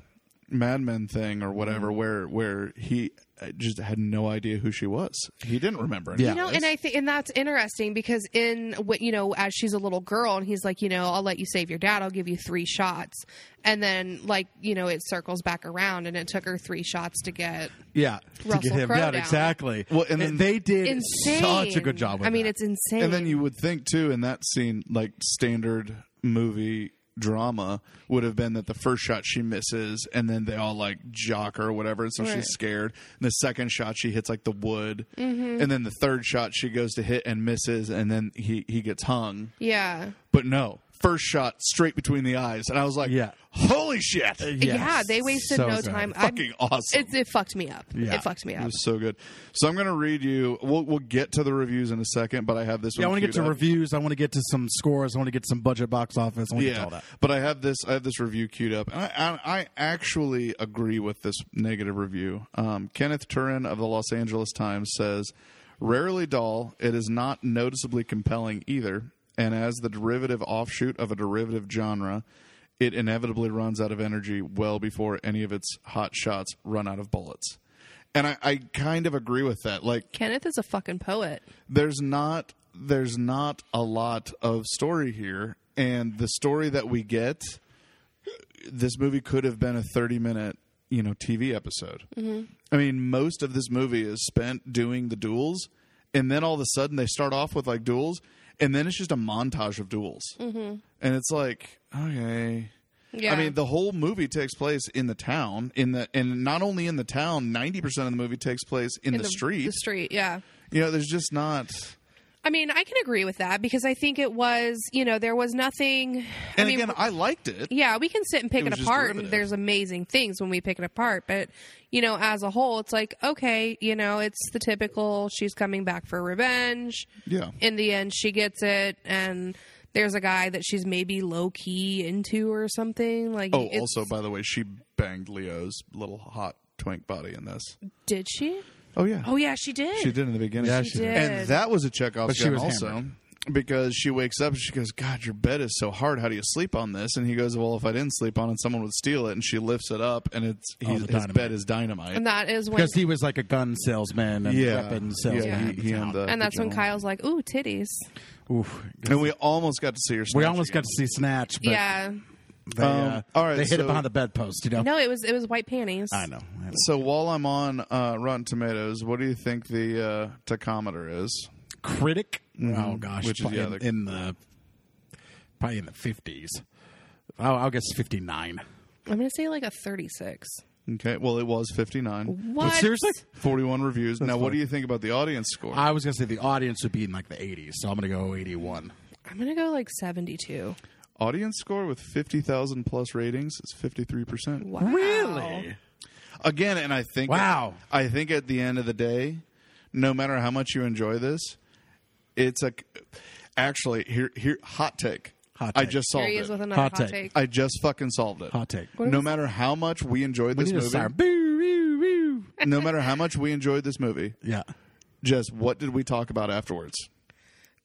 [SPEAKER 2] Mad Men thing or whatever, where where he uh, just had no idea who she was. He didn't remember. any
[SPEAKER 1] Yeah.
[SPEAKER 2] of
[SPEAKER 3] You know,
[SPEAKER 2] this.
[SPEAKER 3] and I think, and that's interesting because in what you know, as she's a little girl, and he's like, you know, I'll let you save your dad. I'll give you three shots, and then like you know, it circles back around, and it took her three shots to get
[SPEAKER 1] Yeah, to
[SPEAKER 3] Russell
[SPEAKER 1] get him
[SPEAKER 3] Crowe
[SPEAKER 1] down
[SPEAKER 3] down.
[SPEAKER 1] exactly.
[SPEAKER 2] Well, and then-
[SPEAKER 1] they did
[SPEAKER 3] insane.
[SPEAKER 1] such a good job. With
[SPEAKER 3] I mean,
[SPEAKER 1] that.
[SPEAKER 3] it's insane.
[SPEAKER 2] And then you would think too in that scene, like standard movie drama would have been that the first shot she misses and then they all like jock her or whatever so
[SPEAKER 3] Right.
[SPEAKER 2] she's scared and the second shot she hits like the wood
[SPEAKER 3] Mm-hmm.
[SPEAKER 2] and then the third shot she goes to hit and misses and then he he gets hung
[SPEAKER 3] yeah,
[SPEAKER 2] but no first shot straight between the eyes and i was like
[SPEAKER 1] Yeah.
[SPEAKER 2] holy shit
[SPEAKER 1] Yes.
[SPEAKER 3] yeah, they wasted
[SPEAKER 1] So
[SPEAKER 3] no
[SPEAKER 1] good.
[SPEAKER 3] time. I'm-
[SPEAKER 2] fucking awesome
[SPEAKER 3] It, it fucked me up.
[SPEAKER 1] Yeah.
[SPEAKER 3] It fucked me
[SPEAKER 2] it
[SPEAKER 3] up.
[SPEAKER 2] was so good so i'm gonna read you we'll, we'll get to the reviews in a second but i have this
[SPEAKER 1] Yeah, I
[SPEAKER 2] one
[SPEAKER 1] want to get
[SPEAKER 2] queued
[SPEAKER 1] to
[SPEAKER 2] up.
[SPEAKER 1] reviews. I want to get to some scores. I want to get some budget box office. I want to get to all that.
[SPEAKER 2] But I have this I have this review queued up, and I I, I actually agree with this negative review. Um, Kenneth Turin of the Los Angeles Times says, "Rarely dull. It is not noticeably compelling either, and as the derivative offshoot of a derivative genre." It inevitably runs out of energy well before any of its hot shots run out of bullets. And I, I kind of agree with that. Like
[SPEAKER 3] Kenneth is a fucking poet.
[SPEAKER 2] there's not there's not a lot of story here and the story that we get this movie could have been a 30 minute you know tv episode i mean most of this movie is spent doing the duels and then all of a sudden they start off with like duels and then it's just a montage of duels and it's like okay
[SPEAKER 3] Yeah.
[SPEAKER 2] I mean, the whole movie takes place in the town, in the and not only in the town. Ninety percent of the movie takes place in, the, street.
[SPEAKER 3] The street, yeah.
[SPEAKER 2] You know, there's just not.
[SPEAKER 3] I mean, I can agree with that because I think it was, you know, there was nothing. I
[SPEAKER 2] And
[SPEAKER 3] mean,
[SPEAKER 2] again, I liked it.
[SPEAKER 3] yeah, we can sit and pick
[SPEAKER 2] It
[SPEAKER 3] it,
[SPEAKER 2] was just
[SPEAKER 3] apart. And
[SPEAKER 2] derivative.
[SPEAKER 3] there's amazing things when we pick it apart, but you know, as a whole, it's like okay, you know, it's the typical. She's coming back for revenge.
[SPEAKER 2] Yeah.
[SPEAKER 3] In the end, she gets it, and there's a guy that she's maybe low key into or something. Like,
[SPEAKER 2] Oh,
[SPEAKER 3] it's-
[SPEAKER 2] also, by the way, she banged Leo's little hot twink body in this.
[SPEAKER 3] did she?
[SPEAKER 2] Oh yeah,
[SPEAKER 3] Oh yeah, she did.
[SPEAKER 2] she did in the beginning.
[SPEAKER 1] Yeah,
[SPEAKER 3] She she did. did.
[SPEAKER 2] And that was a Chekhov's
[SPEAKER 1] But she
[SPEAKER 2] gun
[SPEAKER 1] was
[SPEAKER 2] also.
[SPEAKER 1] hammered.
[SPEAKER 2] Because she wakes up and she goes, God, your bed is so hard. How do you sleep on this? And he goes, Well, if I didn't sleep on it, someone would steal it. And she lifts it up, and it's
[SPEAKER 1] All
[SPEAKER 2] his,
[SPEAKER 1] Oh, the
[SPEAKER 2] his
[SPEAKER 1] dynamite.
[SPEAKER 2] bed is dynamite.
[SPEAKER 3] And that is when
[SPEAKER 1] because he was like a gun salesman and
[SPEAKER 2] yeah,
[SPEAKER 1] weapon
[SPEAKER 2] yeah,
[SPEAKER 1] salesman. in
[SPEAKER 2] he,
[SPEAKER 1] the
[SPEAKER 2] he
[SPEAKER 1] town.
[SPEAKER 2] and, the,
[SPEAKER 3] and that's when
[SPEAKER 2] the
[SPEAKER 3] Kyle's like, "Ooh, titties."
[SPEAKER 1] Oof.
[SPEAKER 2] gentleman. And we almost got to see her.
[SPEAKER 1] We
[SPEAKER 2] snatch
[SPEAKER 1] almost got
[SPEAKER 2] again.
[SPEAKER 1] to see Snatch, but
[SPEAKER 3] yeah.
[SPEAKER 1] they, uh,
[SPEAKER 2] Um, all right,
[SPEAKER 1] they hit
[SPEAKER 2] so-
[SPEAKER 1] it behind the bedpost, you know?
[SPEAKER 3] No, it was it was white panties.
[SPEAKER 1] I know. I know.
[SPEAKER 2] So while I'm on uh, Rotten Tomatoes, what do you think the uh, tachometer is?
[SPEAKER 1] critic. Oh gosh,
[SPEAKER 2] Which is
[SPEAKER 1] probably
[SPEAKER 2] the
[SPEAKER 1] in,
[SPEAKER 2] other-
[SPEAKER 1] in the probably in the fifties. I'll, I'll guess fifty nine.
[SPEAKER 3] I'm gonna say like a 36.
[SPEAKER 2] Okay, well, it was 59.
[SPEAKER 3] What?
[SPEAKER 1] seriously,
[SPEAKER 2] 41 reviews. now, what
[SPEAKER 1] funny.
[SPEAKER 2] do you think about the audience score?
[SPEAKER 1] I was gonna say the audience would be in like the eighties, so I'm gonna go eighty one.
[SPEAKER 3] I'm gonna go like 72.
[SPEAKER 2] audience score with 50,000 plus ratings is 53%.
[SPEAKER 3] Wow.
[SPEAKER 1] Really?
[SPEAKER 2] Again, and I think
[SPEAKER 1] Wow.
[SPEAKER 2] I think at the end of the day, no matter how much you enjoy this, it's a actually here here hot take.
[SPEAKER 1] Hot
[SPEAKER 2] I
[SPEAKER 1] take.
[SPEAKER 2] just
[SPEAKER 3] Here
[SPEAKER 2] solved
[SPEAKER 3] he is
[SPEAKER 2] it.
[SPEAKER 3] with another hot,
[SPEAKER 1] Hot
[SPEAKER 3] take.
[SPEAKER 1] take.
[SPEAKER 2] I just fucking solved it.
[SPEAKER 1] Hot take.
[SPEAKER 2] No matter how much we enjoyed
[SPEAKER 1] We
[SPEAKER 2] this
[SPEAKER 1] need a
[SPEAKER 2] movie,
[SPEAKER 1] siren. Boo, woo, woo.
[SPEAKER 2] no matter how much we enjoyed this movie,
[SPEAKER 1] Yeah.
[SPEAKER 2] just what did we talk about afterwards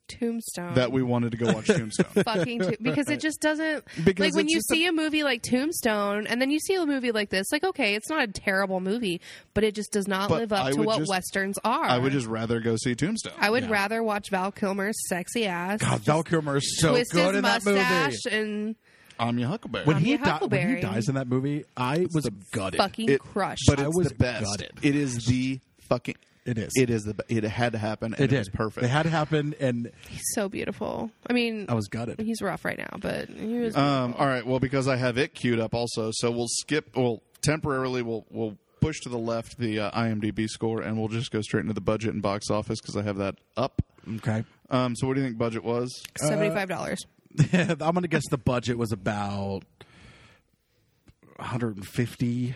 [SPEAKER 3] Tombstone.
[SPEAKER 2] that we wanted to go watch Tombstone?
[SPEAKER 3] fucking to- because it just doesn't
[SPEAKER 2] Because
[SPEAKER 3] like when
[SPEAKER 2] it's
[SPEAKER 3] you
[SPEAKER 2] just a-
[SPEAKER 3] see a-, movie like Tombstone and then you see a movie like this like okay it's not a terrible movie but it just does not
[SPEAKER 2] But
[SPEAKER 3] live up
[SPEAKER 2] I
[SPEAKER 3] to
[SPEAKER 2] would
[SPEAKER 3] what
[SPEAKER 2] just-
[SPEAKER 3] westerns are
[SPEAKER 2] I would just rather go see Tombstone.
[SPEAKER 3] I would
[SPEAKER 1] Yeah.
[SPEAKER 3] rather watch Val Kilmer's sexy ass
[SPEAKER 1] God, Val Kilmer is so
[SPEAKER 3] twist
[SPEAKER 1] good
[SPEAKER 3] his
[SPEAKER 1] in that movie.
[SPEAKER 3] mustache and
[SPEAKER 2] I'm your Huckleberry.
[SPEAKER 1] When
[SPEAKER 3] I'm
[SPEAKER 1] he,
[SPEAKER 3] your
[SPEAKER 1] di- when
[SPEAKER 3] Huckleberry.
[SPEAKER 1] he dies in that movie, I was gutted.
[SPEAKER 3] fucking
[SPEAKER 2] It-
[SPEAKER 3] crushed
[SPEAKER 2] but
[SPEAKER 1] I
[SPEAKER 2] it's
[SPEAKER 1] was
[SPEAKER 2] the best.
[SPEAKER 1] gutted.
[SPEAKER 2] It is the fucking.
[SPEAKER 1] It is.
[SPEAKER 2] It is the. be- It had to happen. And
[SPEAKER 1] it
[SPEAKER 2] it,
[SPEAKER 1] did.
[SPEAKER 2] was perfect.
[SPEAKER 1] It had to happen, and
[SPEAKER 3] he's so beautiful I mean
[SPEAKER 1] I was gutted.
[SPEAKER 3] he's rough right now but he was
[SPEAKER 2] um. All right. Well, because I have it queued up also, so we'll skip. Well, temporarily, we'll we'll push to the left the uh, IMDb score, and we'll just go straight into the budget and box office because I have that up.
[SPEAKER 1] Okay.
[SPEAKER 2] Um. So, what do you think budget was?
[SPEAKER 3] $75
[SPEAKER 1] I'm gonna guess the budget was about 150.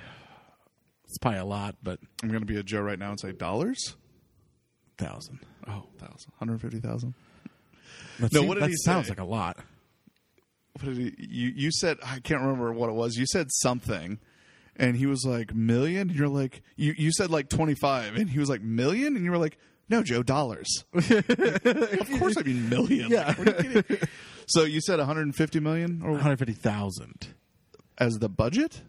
[SPEAKER 1] It's probably a lot, but
[SPEAKER 2] I'm going to be a Joe right now and say dollars.
[SPEAKER 1] thousand.
[SPEAKER 2] Oh, thousand. Hundred fifty thousand.
[SPEAKER 1] That
[SPEAKER 2] No,
[SPEAKER 1] seem-
[SPEAKER 2] what did
[SPEAKER 1] that
[SPEAKER 2] he
[SPEAKER 1] sounds
[SPEAKER 2] say?
[SPEAKER 1] like a lot.
[SPEAKER 2] What did he, you you said I can't remember what it was. You said something, and he was like million. And you're like you you said like twenty five, and he was like million, and you were like no Joe dollars. of course I mean million. Like, what are you kidding? so you said one hundred and fifty million or
[SPEAKER 1] 150,000.
[SPEAKER 2] as the budget.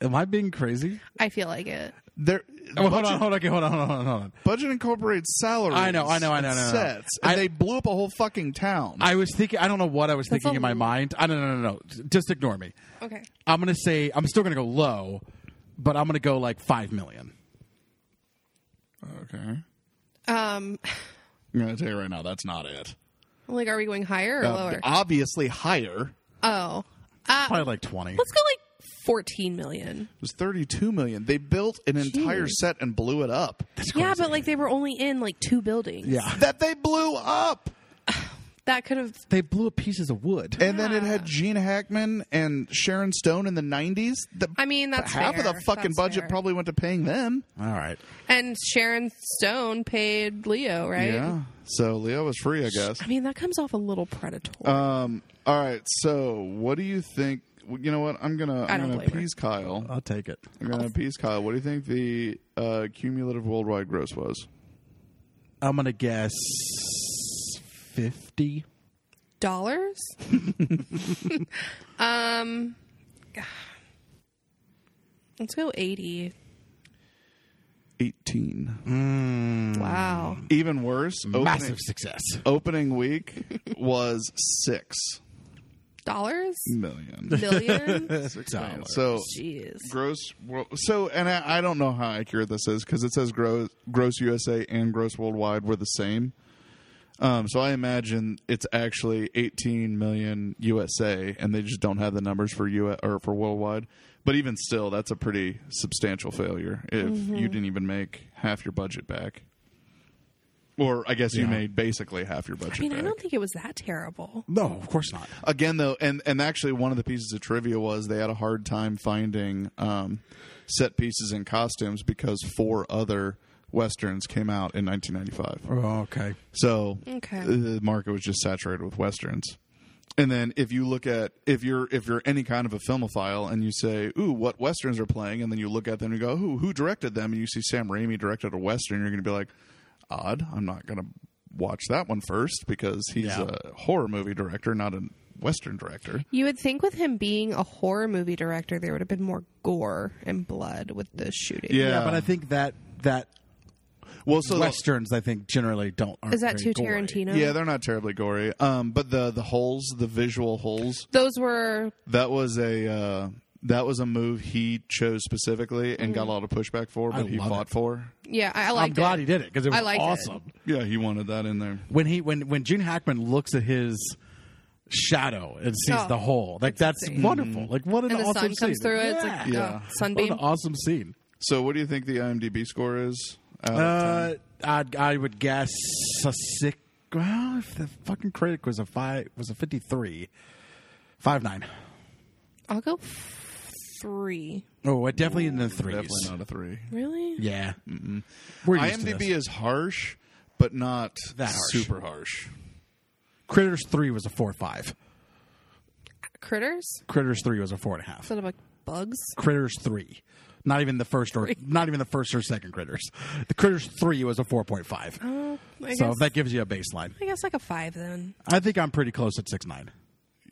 [SPEAKER 1] Am I being crazy?
[SPEAKER 3] I feel like it
[SPEAKER 2] There,
[SPEAKER 1] Oh, hold
[SPEAKER 2] budget,
[SPEAKER 1] on, hold on, okay, hold on, hold on, hold on, hold on.
[SPEAKER 2] budget incorporates salaries.
[SPEAKER 1] I know, I know, I know,
[SPEAKER 2] and
[SPEAKER 1] I know, I know.
[SPEAKER 2] Sets, and
[SPEAKER 1] I-
[SPEAKER 2] they blew up a whole fucking town.
[SPEAKER 1] I was thinking. I don't know what I was
[SPEAKER 3] That's
[SPEAKER 1] thinking
[SPEAKER 3] a
[SPEAKER 1] in my
[SPEAKER 3] l-
[SPEAKER 1] mind. I don't no, no, no, no. Just ignore me.
[SPEAKER 3] okay
[SPEAKER 1] I'm gonna say I'm still gonna go low, but I'm gonna go like five million.
[SPEAKER 2] okay,
[SPEAKER 3] um
[SPEAKER 2] I'm gonna tell you right now that's not it.
[SPEAKER 3] like are we going higher or
[SPEAKER 2] Uh,
[SPEAKER 3] lower
[SPEAKER 2] obviously higher.
[SPEAKER 3] oh
[SPEAKER 1] Probably like twenty.
[SPEAKER 3] let's go like 14 million
[SPEAKER 2] It was 32 million. They built an entire
[SPEAKER 3] Jeez.
[SPEAKER 2] set and blew it up.
[SPEAKER 3] yeah but like they were only in like two buildings
[SPEAKER 1] Yeah,
[SPEAKER 2] That they blew up.
[SPEAKER 3] that could have
[SPEAKER 1] they blew up pieces of wood.
[SPEAKER 2] And then it had Gene Hackman and Sharon Stone in the 90s. The,
[SPEAKER 3] I mean, that's
[SPEAKER 2] half
[SPEAKER 3] fair.
[SPEAKER 2] of the fucking
[SPEAKER 3] That's
[SPEAKER 2] budget
[SPEAKER 3] fair.
[SPEAKER 2] probably went to paying them.
[SPEAKER 1] All right.
[SPEAKER 3] and Sharon Stone paid Leo right
[SPEAKER 2] Yeah. So Leo was free, I guess.
[SPEAKER 3] I mean that comes off a little predatory
[SPEAKER 2] Um all right. So, what do you think you know what? I'm going to
[SPEAKER 3] I
[SPEAKER 2] I'm
[SPEAKER 3] don't
[SPEAKER 2] going to
[SPEAKER 3] blame her.
[SPEAKER 2] appease Kyle.
[SPEAKER 1] I'll take it.
[SPEAKER 2] I'm going to appease Kyle. What do you think the uh, cumulative worldwide gross was?
[SPEAKER 1] I'm gonna guess fifty.
[SPEAKER 3] dollars um let's go 80
[SPEAKER 2] 18. Mm.
[SPEAKER 3] Wow.
[SPEAKER 2] Even worse, opening,
[SPEAKER 1] Massive success.
[SPEAKER 2] opening week was 6
[SPEAKER 3] Dollars?
[SPEAKER 2] million.
[SPEAKER 3] Million?
[SPEAKER 1] Dollars.
[SPEAKER 2] So
[SPEAKER 3] Jeez.
[SPEAKER 2] gross world. So, and I, I don't know how accurate this is because it says gross gross USA and gross worldwide were the same. Um, so I imagine it's actually 18 million USA, and they just don't have the numbers for U or for worldwide. But even still, that's a pretty substantial failure if
[SPEAKER 3] Mm-hmm.
[SPEAKER 2] you didn't even make half your budget back. Or I guess you
[SPEAKER 1] Yeah.
[SPEAKER 2] made basically half your budget.
[SPEAKER 3] I mean, I
[SPEAKER 2] back
[SPEAKER 3] don't think it was that terrible.
[SPEAKER 1] no, of course not.
[SPEAKER 2] again though and and actually one of the pieces of trivia was they had a hard time finding um, set pieces and costumes because four other westerns came out in 1995
[SPEAKER 1] Oh, okay.
[SPEAKER 2] so uh,
[SPEAKER 3] Okay.
[SPEAKER 2] the market was just saturated with westerns and then if you look at if you're if you're any kind of a filmophile and you say ooh what westerns are playing and then you look at them and you go who who directed them and you see Sam Raimi directed a western you're going to be like odd I'm not going to watch that one first because he's
[SPEAKER 1] Yeah.
[SPEAKER 2] a horror movie director not a western director
[SPEAKER 3] You would think with him being a horror movie director, there would have been more gore and blood with the shooting.
[SPEAKER 1] Yeah, but I think that that
[SPEAKER 2] well Um, so the-
[SPEAKER 1] westerns I think generally don't. Aren't
[SPEAKER 3] Is that too
[SPEAKER 1] very gory.
[SPEAKER 3] Tarantino?
[SPEAKER 2] yeah they're not terribly gory um but the the holes the visual holes
[SPEAKER 3] Those were
[SPEAKER 2] That was a uh, that was a move he chose specifically and got a lot of pushback for, but
[SPEAKER 1] Mm. I
[SPEAKER 2] he
[SPEAKER 1] love
[SPEAKER 2] fought
[SPEAKER 1] it.
[SPEAKER 2] for.
[SPEAKER 3] yeah. I, I
[SPEAKER 1] I'm
[SPEAKER 3] liked
[SPEAKER 1] glad
[SPEAKER 3] it.
[SPEAKER 1] he did it because it
[SPEAKER 3] I
[SPEAKER 1] was
[SPEAKER 3] liked it.
[SPEAKER 1] awesome.
[SPEAKER 2] Yeah, he wanted that in there.
[SPEAKER 1] When he when when Gene Hackman looks at his shadow and sees
[SPEAKER 3] Oh,
[SPEAKER 1] the hole, like that's
[SPEAKER 3] insane.
[SPEAKER 1] wonderful. Like what an
[SPEAKER 3] And the
[SPEAKER 1] awesome
[SPEAKER 3] sun comes
[SPEAKER 1] scene.
[SPEAKER 3] through it. It's
[SPEAKER 1] Yeah.
[SPEAKER 3] like
[SPEAKER 2] Yeah.
[SPEAKER 3] oh,
[SPEAKER 1] what an
[SPEAKER 3] sunbeam.
[SPEAKER 1] awesome scene.
[SPEAKER 2] So, what do you think the IMDb score is? out of
[SPEAKER 1] Uh,
[SPEAKER 2] 10?
[SPEAKER 1] I'd, I would guess a six. Well, if the fucking critic was a five, was a fifty-three, five nine.
[SPEAKER 3] I'll go f- three.
[SPEAKER 1] Oh, I definitely in the threes.
[SPEAKER 2] definitely not a three.
[SPEAKER 3] Really?
[SPEAKER 1] Yeah, we're used to
[SPEAKER 2] IMDb
[SPEAKER 1] this.
[SPEAKER 2] is harsh, but not
[SPEAKER 1] That harsh.
[SPEAKER 2] super harsh.
[SPEAKER 1] Critters three was a four five.
[SPEAKER 3] Critters?
[SPEAKER 1] Critters three was a four and a half.
[SPEAKER 3] Instead of like bugs?
[SPEAKER 1] Critters three, not even the first or not even the first or second Critters. The Critters three was a four point five.
[SPEAKER 3] Oh, I
[SPEAKER 1] So
[SPEAKER 3] guess,
[SPEAKER 1] that gives you a baseline.
[SPEAKER 3] I guess like a five then.
[SPEAKER 1] I think I'm pretty close at six nine,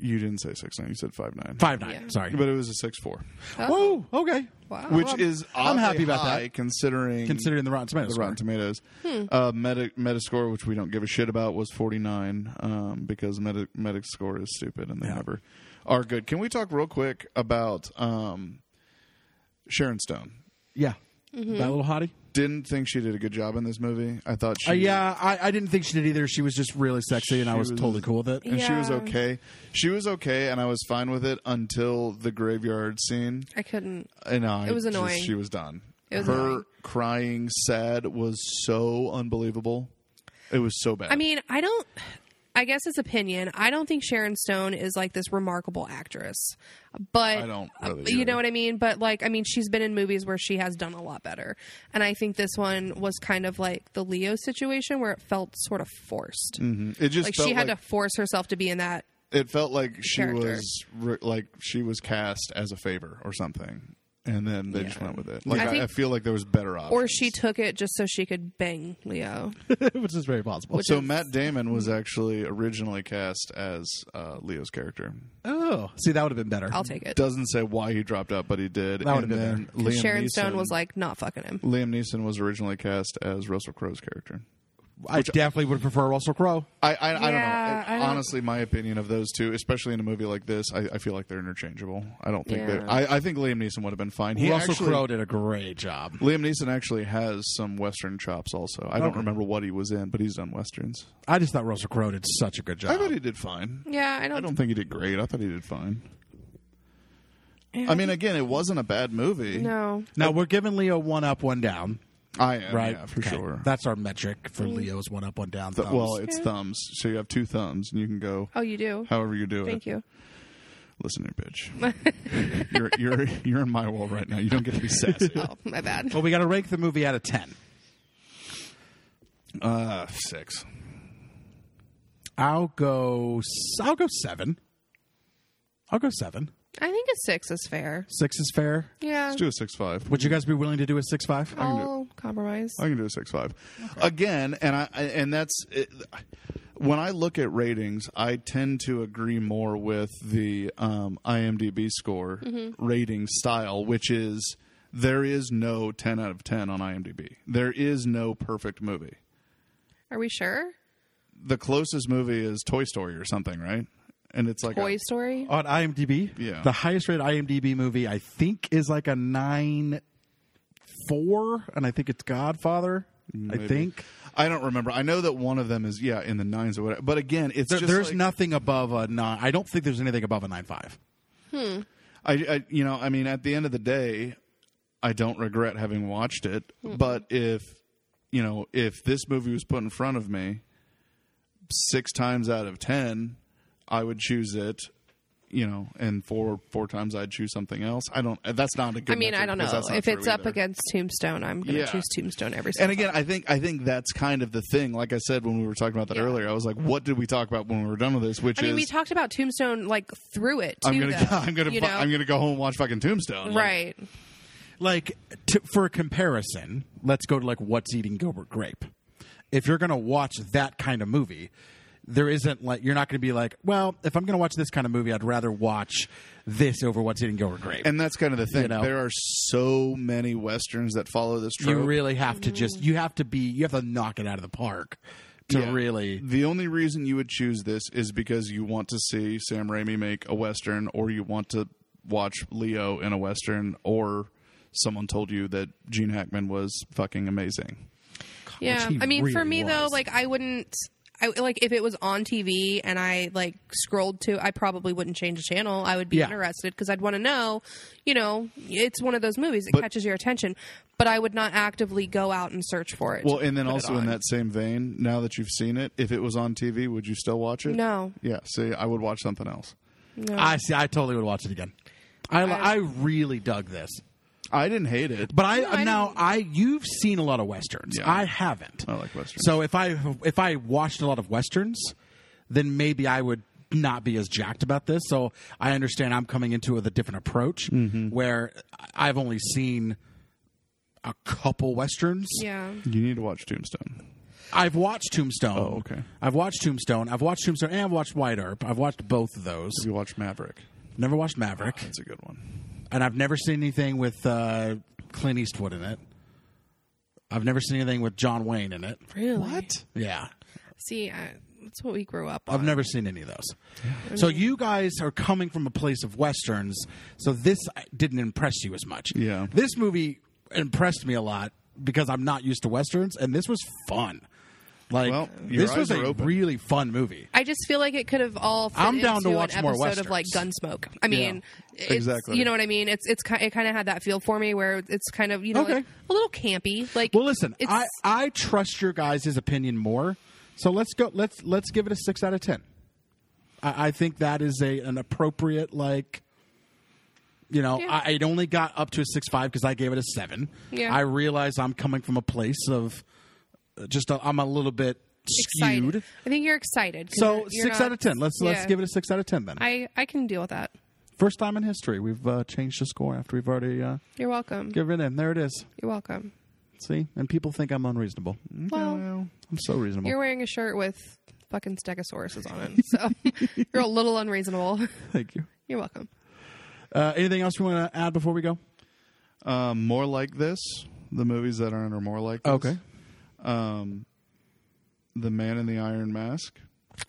[SPEAKER 2] You didn't say six nine. You said five nine.
[SPEAKER 1] five nine.
[SPEAKER 3] Yeah. Oh.
[SPEAKER 1] Sorry.
[SPEAKER 2] But it was a six four,
[SPEAKER 1] Whoa. Okay.
[SPEAKER 3] Wow.
[SPEAKER 2] which
[SPEAKER 1] I'm-
[SPEAKER 2] is
[SPEAKER 1] I'm
[SPEAKER 2] oddly
[SPEAKER 1] happy about
[SPEAKER 2] high
[SPEAKER 1] that.
[SPEAKER 2] considering
[SPEAKER 1] Considering the Rotten Tomatoes,
[SPEAKER 2] the
[SPEAKER 1] score.
[SPEAKER 2] Rotten Tomatoes.
[SPEAKER 3] Hmm.
[SPEAKER 2] Uh, Meta Metascore, which we don't give a shit about, was 49 um, because Meta Metascore is stupid and they never are good. Can we talk real quick about um, Sharon Stone?
[SPEAKER 1] yeah,
[SPEAKER 3] Mm-hmm.
[SPEAKER 1] that little hottie.
[SPEAKER 2] Didn't think she did a good job in this movie. I thought she
[SPEAKER 1] Uh, yeah, I, I didn't think she did either. She was just really sexy, and I
[SPEAKER 2] She
[SPEAKER 1] was,
[SPEAKER 2] was-
[SPEAKER 1] totally cool with it.
[SPEAKER 2] and she was
[SPEAKER 3] Yeah.
[SPEAKER 2] okay. She was okay, and I was fine with it until the graveyard scene.
[SPEAKER 3] I couldn't.
[SPEAKER 2] And I
[SPEAKER 3] It was
[SPEAKER 2] just-
[SPEAKER 3] annoying.
[SPEAKER 2] she was done.
[SPEAKER 3] It was
[SPEAKER 2] Her
[SPEAKER 3] annoying.
[SPEAKER 2] crying sad was so unbelievable. It was so bad.
[SPEAKER 3] I mean, I don't. I guess it's opinion. I don't think Sharon Stone is like this remarkable actress, but
[SPEAKER 2] I don't really
[SPEAKER 3] uh,
[SPEAKER 2] either.
[SPEAKER 3] you know what I mean. But like, I mean, she's been in movies where she has done a lot better, and I think this one was kind of like the Leo situation where it felt sort of forced.
[SPEAKER 2] it just
[SPEAKER 3] Like
[SPEAKER 2] Mm-hmm. felt
[SPEAKER 3] she had
[SPEAKER 2] like
[SPEAKER 3] to force herself to be in that.
[SPEAKER 2] it felt like she
[SPEAKER 3] Character.
[SPEAKER 2] was re- like she was cast as a favor or something, and then they just went with it. Like
[SPEAKER 3] I
[SPEAKER 2] I,
[SPEAKER 3] think-
[SPEAKER 2] I feel like there was better options.
[SPEAKER 3] Or she took it just so she could bang Leo.
[SPEAKER 1] which is very possible.
[SPEAKER 2] so Matt Damon was actually originally cast as uh, Leo's character.
[SPEAKER 1] oh, see, that would have been better.
[SPEAKER 3] I'll take it.
[SPEAKER 2] Doesn't say why he dropped out, but he did.
[SPEAKER 1] That
[SPEAKER 2] and
[SPEAKER 1] would've been
[SPEAKER 2] then
[SPEAKER 1] better.
[SPEAKER 2] Liam
[SPEAKER 3] Sharon Stone
[SPEAKER 2] Neeson-
[SPEAKER 3] was like not fucking him.
[SPEAKER 2] Liam Neeson was originally cast as Russell Crowe's character.
[SPEAKER 1] I definitely would prefer Russell Crowe.
[SPEAKER 2] I I, I don't
[SPEAKER 3] Yeah,
[SPEAKER 2] know.
[SPEAKER 3] I don't-
[SPEAKER 2] Honestly, my opinion of those two, especially in a movie like this, I, I feel like they're interchangeable. I don't think
[SPEAKER 3] Yeah.
[SPEAKER 2] they. I, I think Liam Neeson would have been fine. He
[SPEAKER 1] Russell
[SPEAKER 2] actually-
[SPEAKER 1] Crowe did a great job.
[SPEAKER 2] Liam Neeson actually has some Western chops. Also, I don't remember what he was in, but he's done westerns.
[SPEAKER 1] I just thought Russell Crowe did such a good job.
[SPEAKER 2] I thought he did fine.
[SPEAKER 3] Yeah, I
[SPEAKER 2] I
[SPEAKER 3] don't.
[SPEAKER 2] don't think he did great. I thought he did fine. I mean, again, it wasn't a bad movie.
[SPEAKER 3] No.
[SPEAKER 1] now we're giving Leo one up, one down,
[SPEAKER 2] I am
[SPEAKER 1] right?
[SPEAKER 2] Oh, yeah, for
[SPEAKER 1] Okay.
[SPEAKER 2] sure.
[SPEAKER 1] That's our metric for Leo's one up, one down.
[SPEAKER 2] Th-
[SPEAKER 1] thumbs.
[SPEAKER 2] well, it's
[SPEAKER 3] Yeah.
[SPEAKER 2] thumbs, so you have two thumbs, and you can go
[SPEAKER 3] Oh, you do.
[SPEAKER 2] however you do it.
[SPEAKER 3] Thank you.
[SPEAKER 2] Listen here, bitch. you're you're you're in my world right now. You don't get to be sassy.
[SPEAKER 3] Oh, my bad.
[SPEAKER 1] well, we got to rank the movie out of ten.
[SPEAKER 2] Uh, six.
[SPEAKER 1] I'll go. s- I'll go seven. I'll go seven.
[SPEAKER 3] I think a six is fair.
[SPEAKER 1] Six is fair.
[SPEAKER 3] Yeah.
[SPEAKER 2] Let's do a six five.
[SPEAKER 1] Would you guys be willing to do a six five?
[SPEAKER 3] I'll compromise.
[SPEAKER 2] I can do a six five. Again, and I I- and that's it, when I look at ratings, I tend to agree more with the um, IMDb score rating style, which is there is no 10 out of 10 on IMDb. There is no perfect movie.
[SPEAKER 3] Are we sure?
[SPEAKER 2] The closest movie is Toy Story or something, right? And it's like a-
[SPEAKER 3] Toy Story.
[SPEAKER 2] Oh,
[SPEAKER 1] on IMDb.
[SPEAKER 2] Yeah.
[SPEAKER 1] The highest rated IMDb movie I think is like a nine four, and I think it's Godfather. I
[SPEAKER 2] Maybe.
[SPEAKER 1] think
[SPEAKER 2] I don't remember. I know that one of them is yeah in the nines or whatever. But again, it's
[SPEAKER 1] There-
[SPEAKER 2] just
[SPEAKER 1] there's
[SPEAKER 2] like-
[SPEAKER 1] nothing above a nine. I don't think there's anything above a nine five.
[SPEAKER 2] I, I you know I mean at the end of the day, I don't regret having watched it.
[SPEAKER 3] Mm-hmm.
[SPEAKER 2] But if you know if this movie was put in front of me, six times out of ten, I would choose it. You know, and four four times I'd choose something else. I don't. That's not a good.
[SPEAKER 3] I mean,
[SPEAKER 2] metric
[SPEAKER 3] I don't
[SPEAKER 2] because
[SPEAKER 3] know
[SPEAKER 2] that's not
[SPEAKER 3] if
[SPEAKER 2] true
[SPEAKER 3] it's up
[SPEAKER 2] either.
[SPEAKER 3] against Tombstone. I'm going to
[SPEAKER 2] Yeah.
[SPEAKER 3] choose Tombstone every.
[SPEAKER 2] And
[SPEAKER 3] Single
[SPEAKER 2] again, I think I think that's kind of the thing. Like I said when we were talking about that
[SPEAKER 3] Yeah.
[SPEAKER 2] earlier, I was like, "What did we talk about when we were done with this?" Which
[SPEAKER 3] I mean,
[SPEAKER 2] is
[SPEAKER 3] we talked about Tombstone like through it. Too,
[SPEAKER 2] I'm gonna,
[SPEAKER 3] though,
[SPEAKER 2] I'm gonna,
[SPEAKER 3] you
[SPEAKER 2] fu-
[SPEAKER 3] know?
[SPEAKER 2] I'm gonna go home and watch fucking Tombstone. Like,
[SPEAKER 3] right.
[SPEAKER 1] like to, for a comparison, let's go to like what's eating Gilbert Grape. If you're going to watch that kind of movie, there isn't like you're not going to be like, well, if I'm going to watch this kind of movie, I'd rather watch this over what's eating Gilbert Grape.
[SPEAKER 2] and that's kind of the thing.
[SPEAKER 1] You know.
[SPEAKER 2] There are so many westerns that follow this trope.
[SPEAKER 1] you really have to just you have to be you have to knock it out of the park to
[SPEAKER 2] Yeah.
[SPEAKER 1] really
[SPEAKER 2] The only reason you would choose this is because you want to see Sam Raimi make a western, or you want to watch Leo in a western, or someone told you that Gene Hackman was fucking amazing.
[SPEAKER 3] Yeah,
[SPEAKER 1] he
[SPEAKER 3] I mean, for
[SPEAKER 1] really
[SPEAKER 3] me though,
[SPEAKER 1] was.
[SPEAKER 3] like I wouldn't. I, like if it was on TV and I like scrolled to, I probably wouldn't change the channel. I would be
[SPEAKER 1] Yeah.
[SPEAKER 3] interested because I'd want to know. You know, it's one of those movies that
[SPEAKER 2] But-
[SPEAKER 3] catches your attention, but I would not actively go out and search for it.
[SPEAKER 2] Well, and then
[SPEAKER 3] Put it
[SPEAKER 2] also in
[SPEAKER 3] on.
[SPEAKER 2] that same vein, now that you've seen it, if it was on TV, would you still watch it?
[SPEAKER 3] No.
[SPEAKER 2] Yeah. See, I would watch something else.
[SPEAKER 1] I see I totally would watch it again. I li- I really dug this.
[SPEAKER 2] I didn't hate it.
[SPEAKER 1] But I,
[SPEAKER 3] No, I
[SPEAKER 1] now
[SPEAKER 3] don't-
[SPEAKER 1] I you've seen a lot of westerns.
[SPEAKER 2] Yeah.
[SPEAKER 1] I haven't.
[SPEAKER 2] I like westerns.
[SPEAKER 1] So if I if I watched a lot of westerns, then maybe I would not be as jacked about this. So I understand I'm coming into it with a different approach
[SPEAKER 2] Mm-hmm.
[SPEAKER 1] where I've only seen a couple westerns.
[SPEAKER 3] yeah,
[SPEAKER 2] you need to watch Tombstone.
[SPEAKER 1] I've watched Tombstone.
[SPEAKER 2] Oh, okay.
[SPEAKER 1] I've watched Tombstone. I've watched Tombstone and I've watched White Earp. I've watched both of those.
[SPEAKER 2] You watch Maverick.
[SPEAKER 1] Never watched Maverick.
[SPEAKER 2] That's a good one.
[SPEAKER 1] and I've never seen anything with uh, Clint Eastwood in it. I've never seen anything with John Wayne in it.
[SPEAKER 3] really.
[SPEAKER 1] Yeah,
[SPEAKER 3] See, I, that's what we grew up on.
[SPEAKER 1] I've never seen any of those. So you guys are coming from a place of westerns, so this didn't impress you as much.
[SPEAKER 2] Yeah.
[SPEAKER 1] this movie impressed me a lot because I'm not used to westerns, and this was fun. Like
[SPEAKER 2] Well, your
[SPEAKER 1] this
[SPEAKER 2] eyes
[SPEAKER 1] was
[SPEAKER 2] are
[SPEAKER 1] a
[SPEAKER 2] open.
[SPEAKER 1] really fun movie.
[SPEAKER 3] I just feel like it could have all. Fit
[SPEAKER 1] I'm down to
[SPEAKER 3] into
[SPEAKER 1] watch
[SPEAKER 3] an
[SPEAKER 1] more
[SPEAKER 3] episode of like
[SPEAKER 1] westerns.
[SPEAKER 3] Gunsmoke. I mean, it's-
[SPEAKER 2] Exactly.
[SPEAKER 3] You know what I mean? It's it's ki- it kind of had that feel for me where it's kind of you know
[SPEAKER 1] Okay.
[SPEAKER 3] like, a little campy. Like
[SPEAKER 1] Well, listen,
[SPEAKER 3] it's,
[SPEAKER 1] I I trust your guys' opinion more. So let's go. Let's let's give it a six out of ten. I, I think that is a an appropriate like. You know,
[SPEAKER 3] Yeah.
[SPEAKER 1] I, it only got up to a six five because I gave it a seven.
[SPEAKER 3] Yeah.
[SPEAKER 1] I realize I'm coming from a place of uh, just i I'm a little bit
[SPEAKER 3] excited.
[SPEAKER 1] skewed.
[SPEAKER 3] I think you're excited. 'cause
[SPEAKER 1] So
[SPEAKER 3] you're- you're
[SPEAKER 1] 6
[SPEAKER 3] not-
[SPEAKER 1] out of ten. Let's let's
[SPEAKER 3] yeah.
[SPEAKER 1] give it a six out of ten then.
[SPEAKER 3] I I can deal with that.
[SPEAKER 1] First time in history we've uh, changed the score after we've already uh,
[SPEAKER 3] You're welcome.
[SPEAKER 1] given it in. There it is.
[SPEAKER 3] You're welcome.
[SPEAKER 1] See, and people think I'm unreasonable. Mm,
[SPEAKER 3] Well,
[SPEAKER 1] I'm so reasonable.
[SPEAKER 3] you're wearing a shirt with fucking stegosauruses on it, so you're a little unreasonable.
[SPEAKER 1] Thank you.
[SPEAKER 3] You're welcome.
[SPEAKER 1] Uh, anything else we want to add before we go?
[SPEAKER 2] Um, more like this. The movies that aren't are more like this. Um, the Man in the Iron Mask.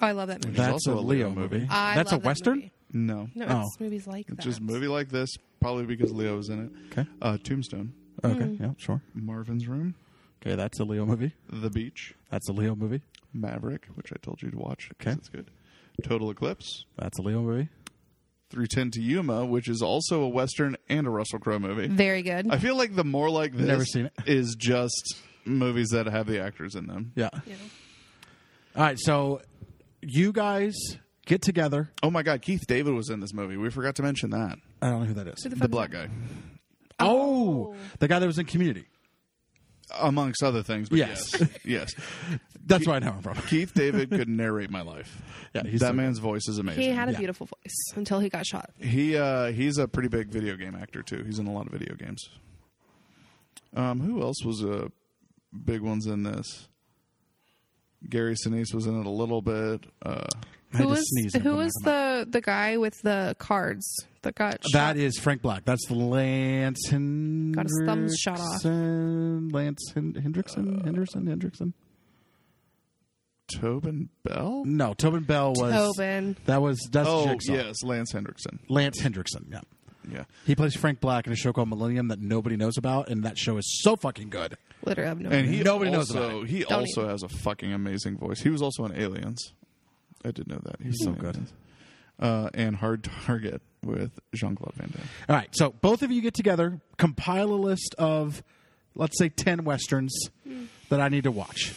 [SPEAKER 3] Oh, I love that movie.
[SPEAKER 2] That-
[SPEAKER 1] That's a
[SPEAKER 2] also a
[SPEAKER 1] Leo
[SPEAKER 2] Leo
[SPEAKER 1] movie.
[SPEAKER 2] movie.
[SPEAKER 3] I
[SPEAKER 1] That's a
[SPEAKER 3] love that
[SPEAKER 1] western.
[SPEAKER 3] movie.
[SPEAKER 2] No,
[SPEAKER 3] No,
[SPEAKER 1] Oh.
[SPEAKER 3] it's movies like that.
[SPEAKER 2] just movie like this. Probably because Leo was in it.
[SPEAKER 1] Okay.
[SPEAKER 2] Uh, Tombstone.
[SPEAKER 1] Okay.
[SPEAKER 3] Mm-hmm.
[SPEAKER 1] Yeah. Sure.
[SPEAKER 2] Marvin's Room.
[SPEAKER 1] Okay. That's a Leo movie.
[SPEAKER 2] The Beach.
[SPEAKER 1] That's a Leo movie.
[SPEAKER 2] Maverick, which I told you to watch. 'cause
[SPEAKER 1] Okay.
[SPEAKER 2] it's good. Total Eclipse.
[SPEAKER 1] That's a Leo movie.
[SPEAKER 2] 310 to Yuma, which is also a western and a Russell Crowe movie.
[SPEAKER 3] Very good.
[SPEAKER 2] I feel like the more like this
[SPEAKER 1] Never seen it.
[SPEAKER 2] is just movies that have the actors in them.
[SPEAKER 1] Yeah.
[SPEAKER 3] Yeah.
[SPEAKER 1] All right. So you guys get together.
[SPEAKER 2] Oh my God, Keith David was in this movie. We forgot to mention that.
[SPEAKER 1] I don't know who that is.
[SPEAKER 2] The black guy,
[SPEAKER 1] Oh, the guy that was in Community.
[SPEAKER 2] amongst other things. But
[SPEAKER 1] Yes.
[SPEAKER 2] yes, yes.
[SPEAKER 1] That's where I know him from.
[SPEAKER 2] Keith David could narrate my life.
[SPEAKER 1] Yeah, he's
[SPEAKER 2] that
[SPEAKER 1] so
[SPEAKER 2] man's voice is amazing.
[SPEAKER 3] He had a
[SPEAKER 1] Yeah.
[SPEAKER 3] beautiful voice until he got shot.
[SPEAKER 2] He uh, he's a pretty big video game actor too. He's in a lot of video games. Um, who else was uh, big ones in this? Gary Sinise was in it a little bit. Uh,
[SPEAKER 1] had
[SPEAKER 3] Who
[SPEAKER 1] to
[SPEAKER 3] was
[SPEAKER 1] sneeze and
[SPEAKER 3] who
[SPEAKER 1] put my
[SPEAKER 3] was
[SPEAKER 1] phone out.
[SPEAKER 3] the the guy with the cards that got shot?
[SPEAKER 1] That is Frank Black. That's Lance Hendrickson.
[SPEAKER 3] Got his thumbs shot off.
[SPEAKER 1] Lance Hen-
[SPEAKER 2] Uh,
[SPEAKER 1] Hendrickson? Henderson? Hendrickson?
[SPEAKER 2] Tobin Bell?
[SPEAKER 1] No, Tobin Bell was.
[SPEAKER 3] Tobin.
[SPEAKER 1] That was that's
[SPEAKER 2] Oh,
[SPEAKER 1] Jigsaw.
[SPEAKER 2] yes, Lance Hendrickson.
[SPEAKER 1] Lance Hendrickson. Yeah,
[SPEAKER 2] Yeah.
[SPEAKER 1] he plays Frank Black in a show called Millennium that nobody knows about, and that show is so fucking good.
[SPEAKER 3] Literally, I have no
[SPEAKER 2] And
[SPEAKER 3] idea.
[SPEAKER 2] he
[SPEAKER 1] Nobody knows
[SPEAKER 2] also,
[SPEAKER 1] about
[SPEAKER 2] He
[SPEAKER 3] Don't
[SPEAKER 2] also
[SPEAKER 3] even.
[SPEAKER 2] has a fucking amazing voice. He was also in Aliens. I did know that. He was
[SPEAKER 1] so
[SPEAKER 2] in
[SPEAKER 1] good.
[SPEAKER 2] Aliens. Uh, and Hard Target with Jean Claude Van Damme.
[SPEAKER 1] All right, so both of you get together, compile a list of, let's say, ten westerns
[SPEAKER 3] Hmm.
[SPEAKER 1] that I need to watch.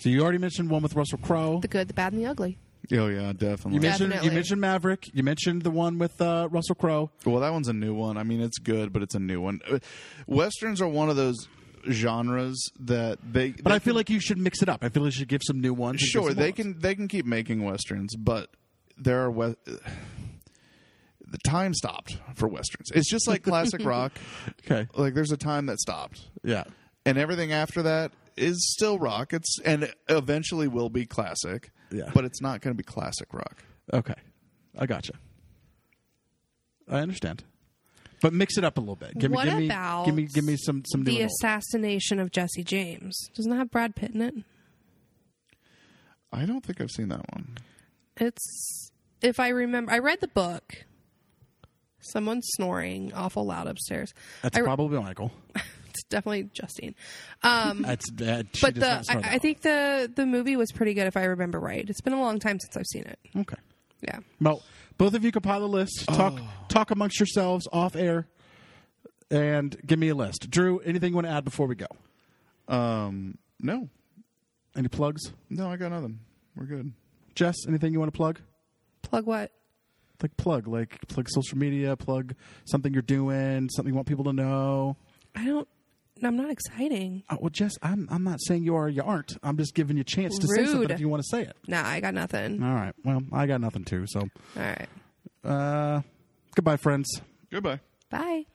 [SPEAKER 1] So you already mentioned one with Russell Crowe.
[SPEAKER 3] the good, the bad, and the ugly.
[SPEAKER 2] Oh, yeah, definitely.
[SPEAKER 1] You mentioned you
[SPEAKER 3] Definitely.
[SPEAKER 1] mentioned Maverick. You mentioned the one with uh, Russell Crowe.
[SPEAKER 2] Well, that one's a new one. I mean, it's good, but it's a new one. Uh, Westerns are one of those genres that they.
[SPEAKER 1] But I feel like you should mix it up. I feel like you should give some new ones. and give
[SPEAKER 2] sure
[SPEAKER 1] some
[SPEAKER 2] they
[SPEAKER 1] old ones.
[SPEAKER 2] can they can keep making westerns, but there are we- the time stopped for westerns. It's just like classic rock.
[SPEAKER 1] Okay.
[SPEAKER 2] Like there's a time that stopped,
[SPEAKER 1] Yeah.
[SPEAKER 2] and everything after that is still rock. It's and eventually will be classic.
[SPEAKER 1] Yeah.
[SPEAKER 2] but it's not going to be classic rock.
[SPEAKER 1] Okay. I gotcha. I understand. But mix it up a little bit. Give me,
[SPEAKER 3] What
[SPEAKER 1] give me,
[SPEAKER 3] about
[SPEAKER 1] give me, give me some some new.
[SPEAKER 3] the
[SPEAKER 1] and old.
[SPEAKER 3] assassination of Jesse James doesn't that have Brad Pitt in it.
[SPEAKER 2] I don't think I've seen that one.
[SPEAKER 3] It's if I remember, I read the book. Someone's snoring awful loud upstairs.
[SPEAKER 1] That's
[SPEAKER 3] I-
[SPEAKER 1] probably Michael.
[SPEAKER 3] It's definitely Justine. Um,
[SPEAKER 1] That's that. she
[SPEAKER 3] but
[SPEAKER 1] does
[SPEAKER 3] the
[SPEAKER 1] not snore that
[SPEAKER 3] I, I think the the movie was pretty good if I remember right. It's been a long time since I've seen it.
[SPEAKER 1] loud. Okay.
[SPEAKER 3] Yeah,
[SPEAKER 1] Well, both of you compile a list. Talk
[SPEAKER 3] Oh.
[SPEAKER 1] talk amongst yourselves off air, and give me a list. Drew, anything you want to add before we go?
[SPEAKER 2] Um, no,
[SPEAKER 1] Any plugs?
[SPEAKER 2] no, I got nothing. We're good.
[SPEAKER 1] Jess, anything you want to plug?
[SPEAKER 3] plug what?
[SPEAKER 1] Like plug, like plug social media, plug something you're doing, something you want people to know.
[SPEAKER 3] I don't. I'm not exciting.
[SPEAKER 1] Uh, well, Jess, I'm I'm not saying you are or you aren't. I'm just giving you a chance to say something
[SPEAKER 3] Rude.
[SPEAKER 1] if you want to say it.
[SPEAKER 3] Nah, I got nothing.
[SPEAKER 1] All right. Well, I got nothing too. So,
[SPEAKER 3] All right,
[SPEAKER 1] uh, goodbye, friends.
[SPEAKER 2] Goodbye.
[SPEAKER 3] bye.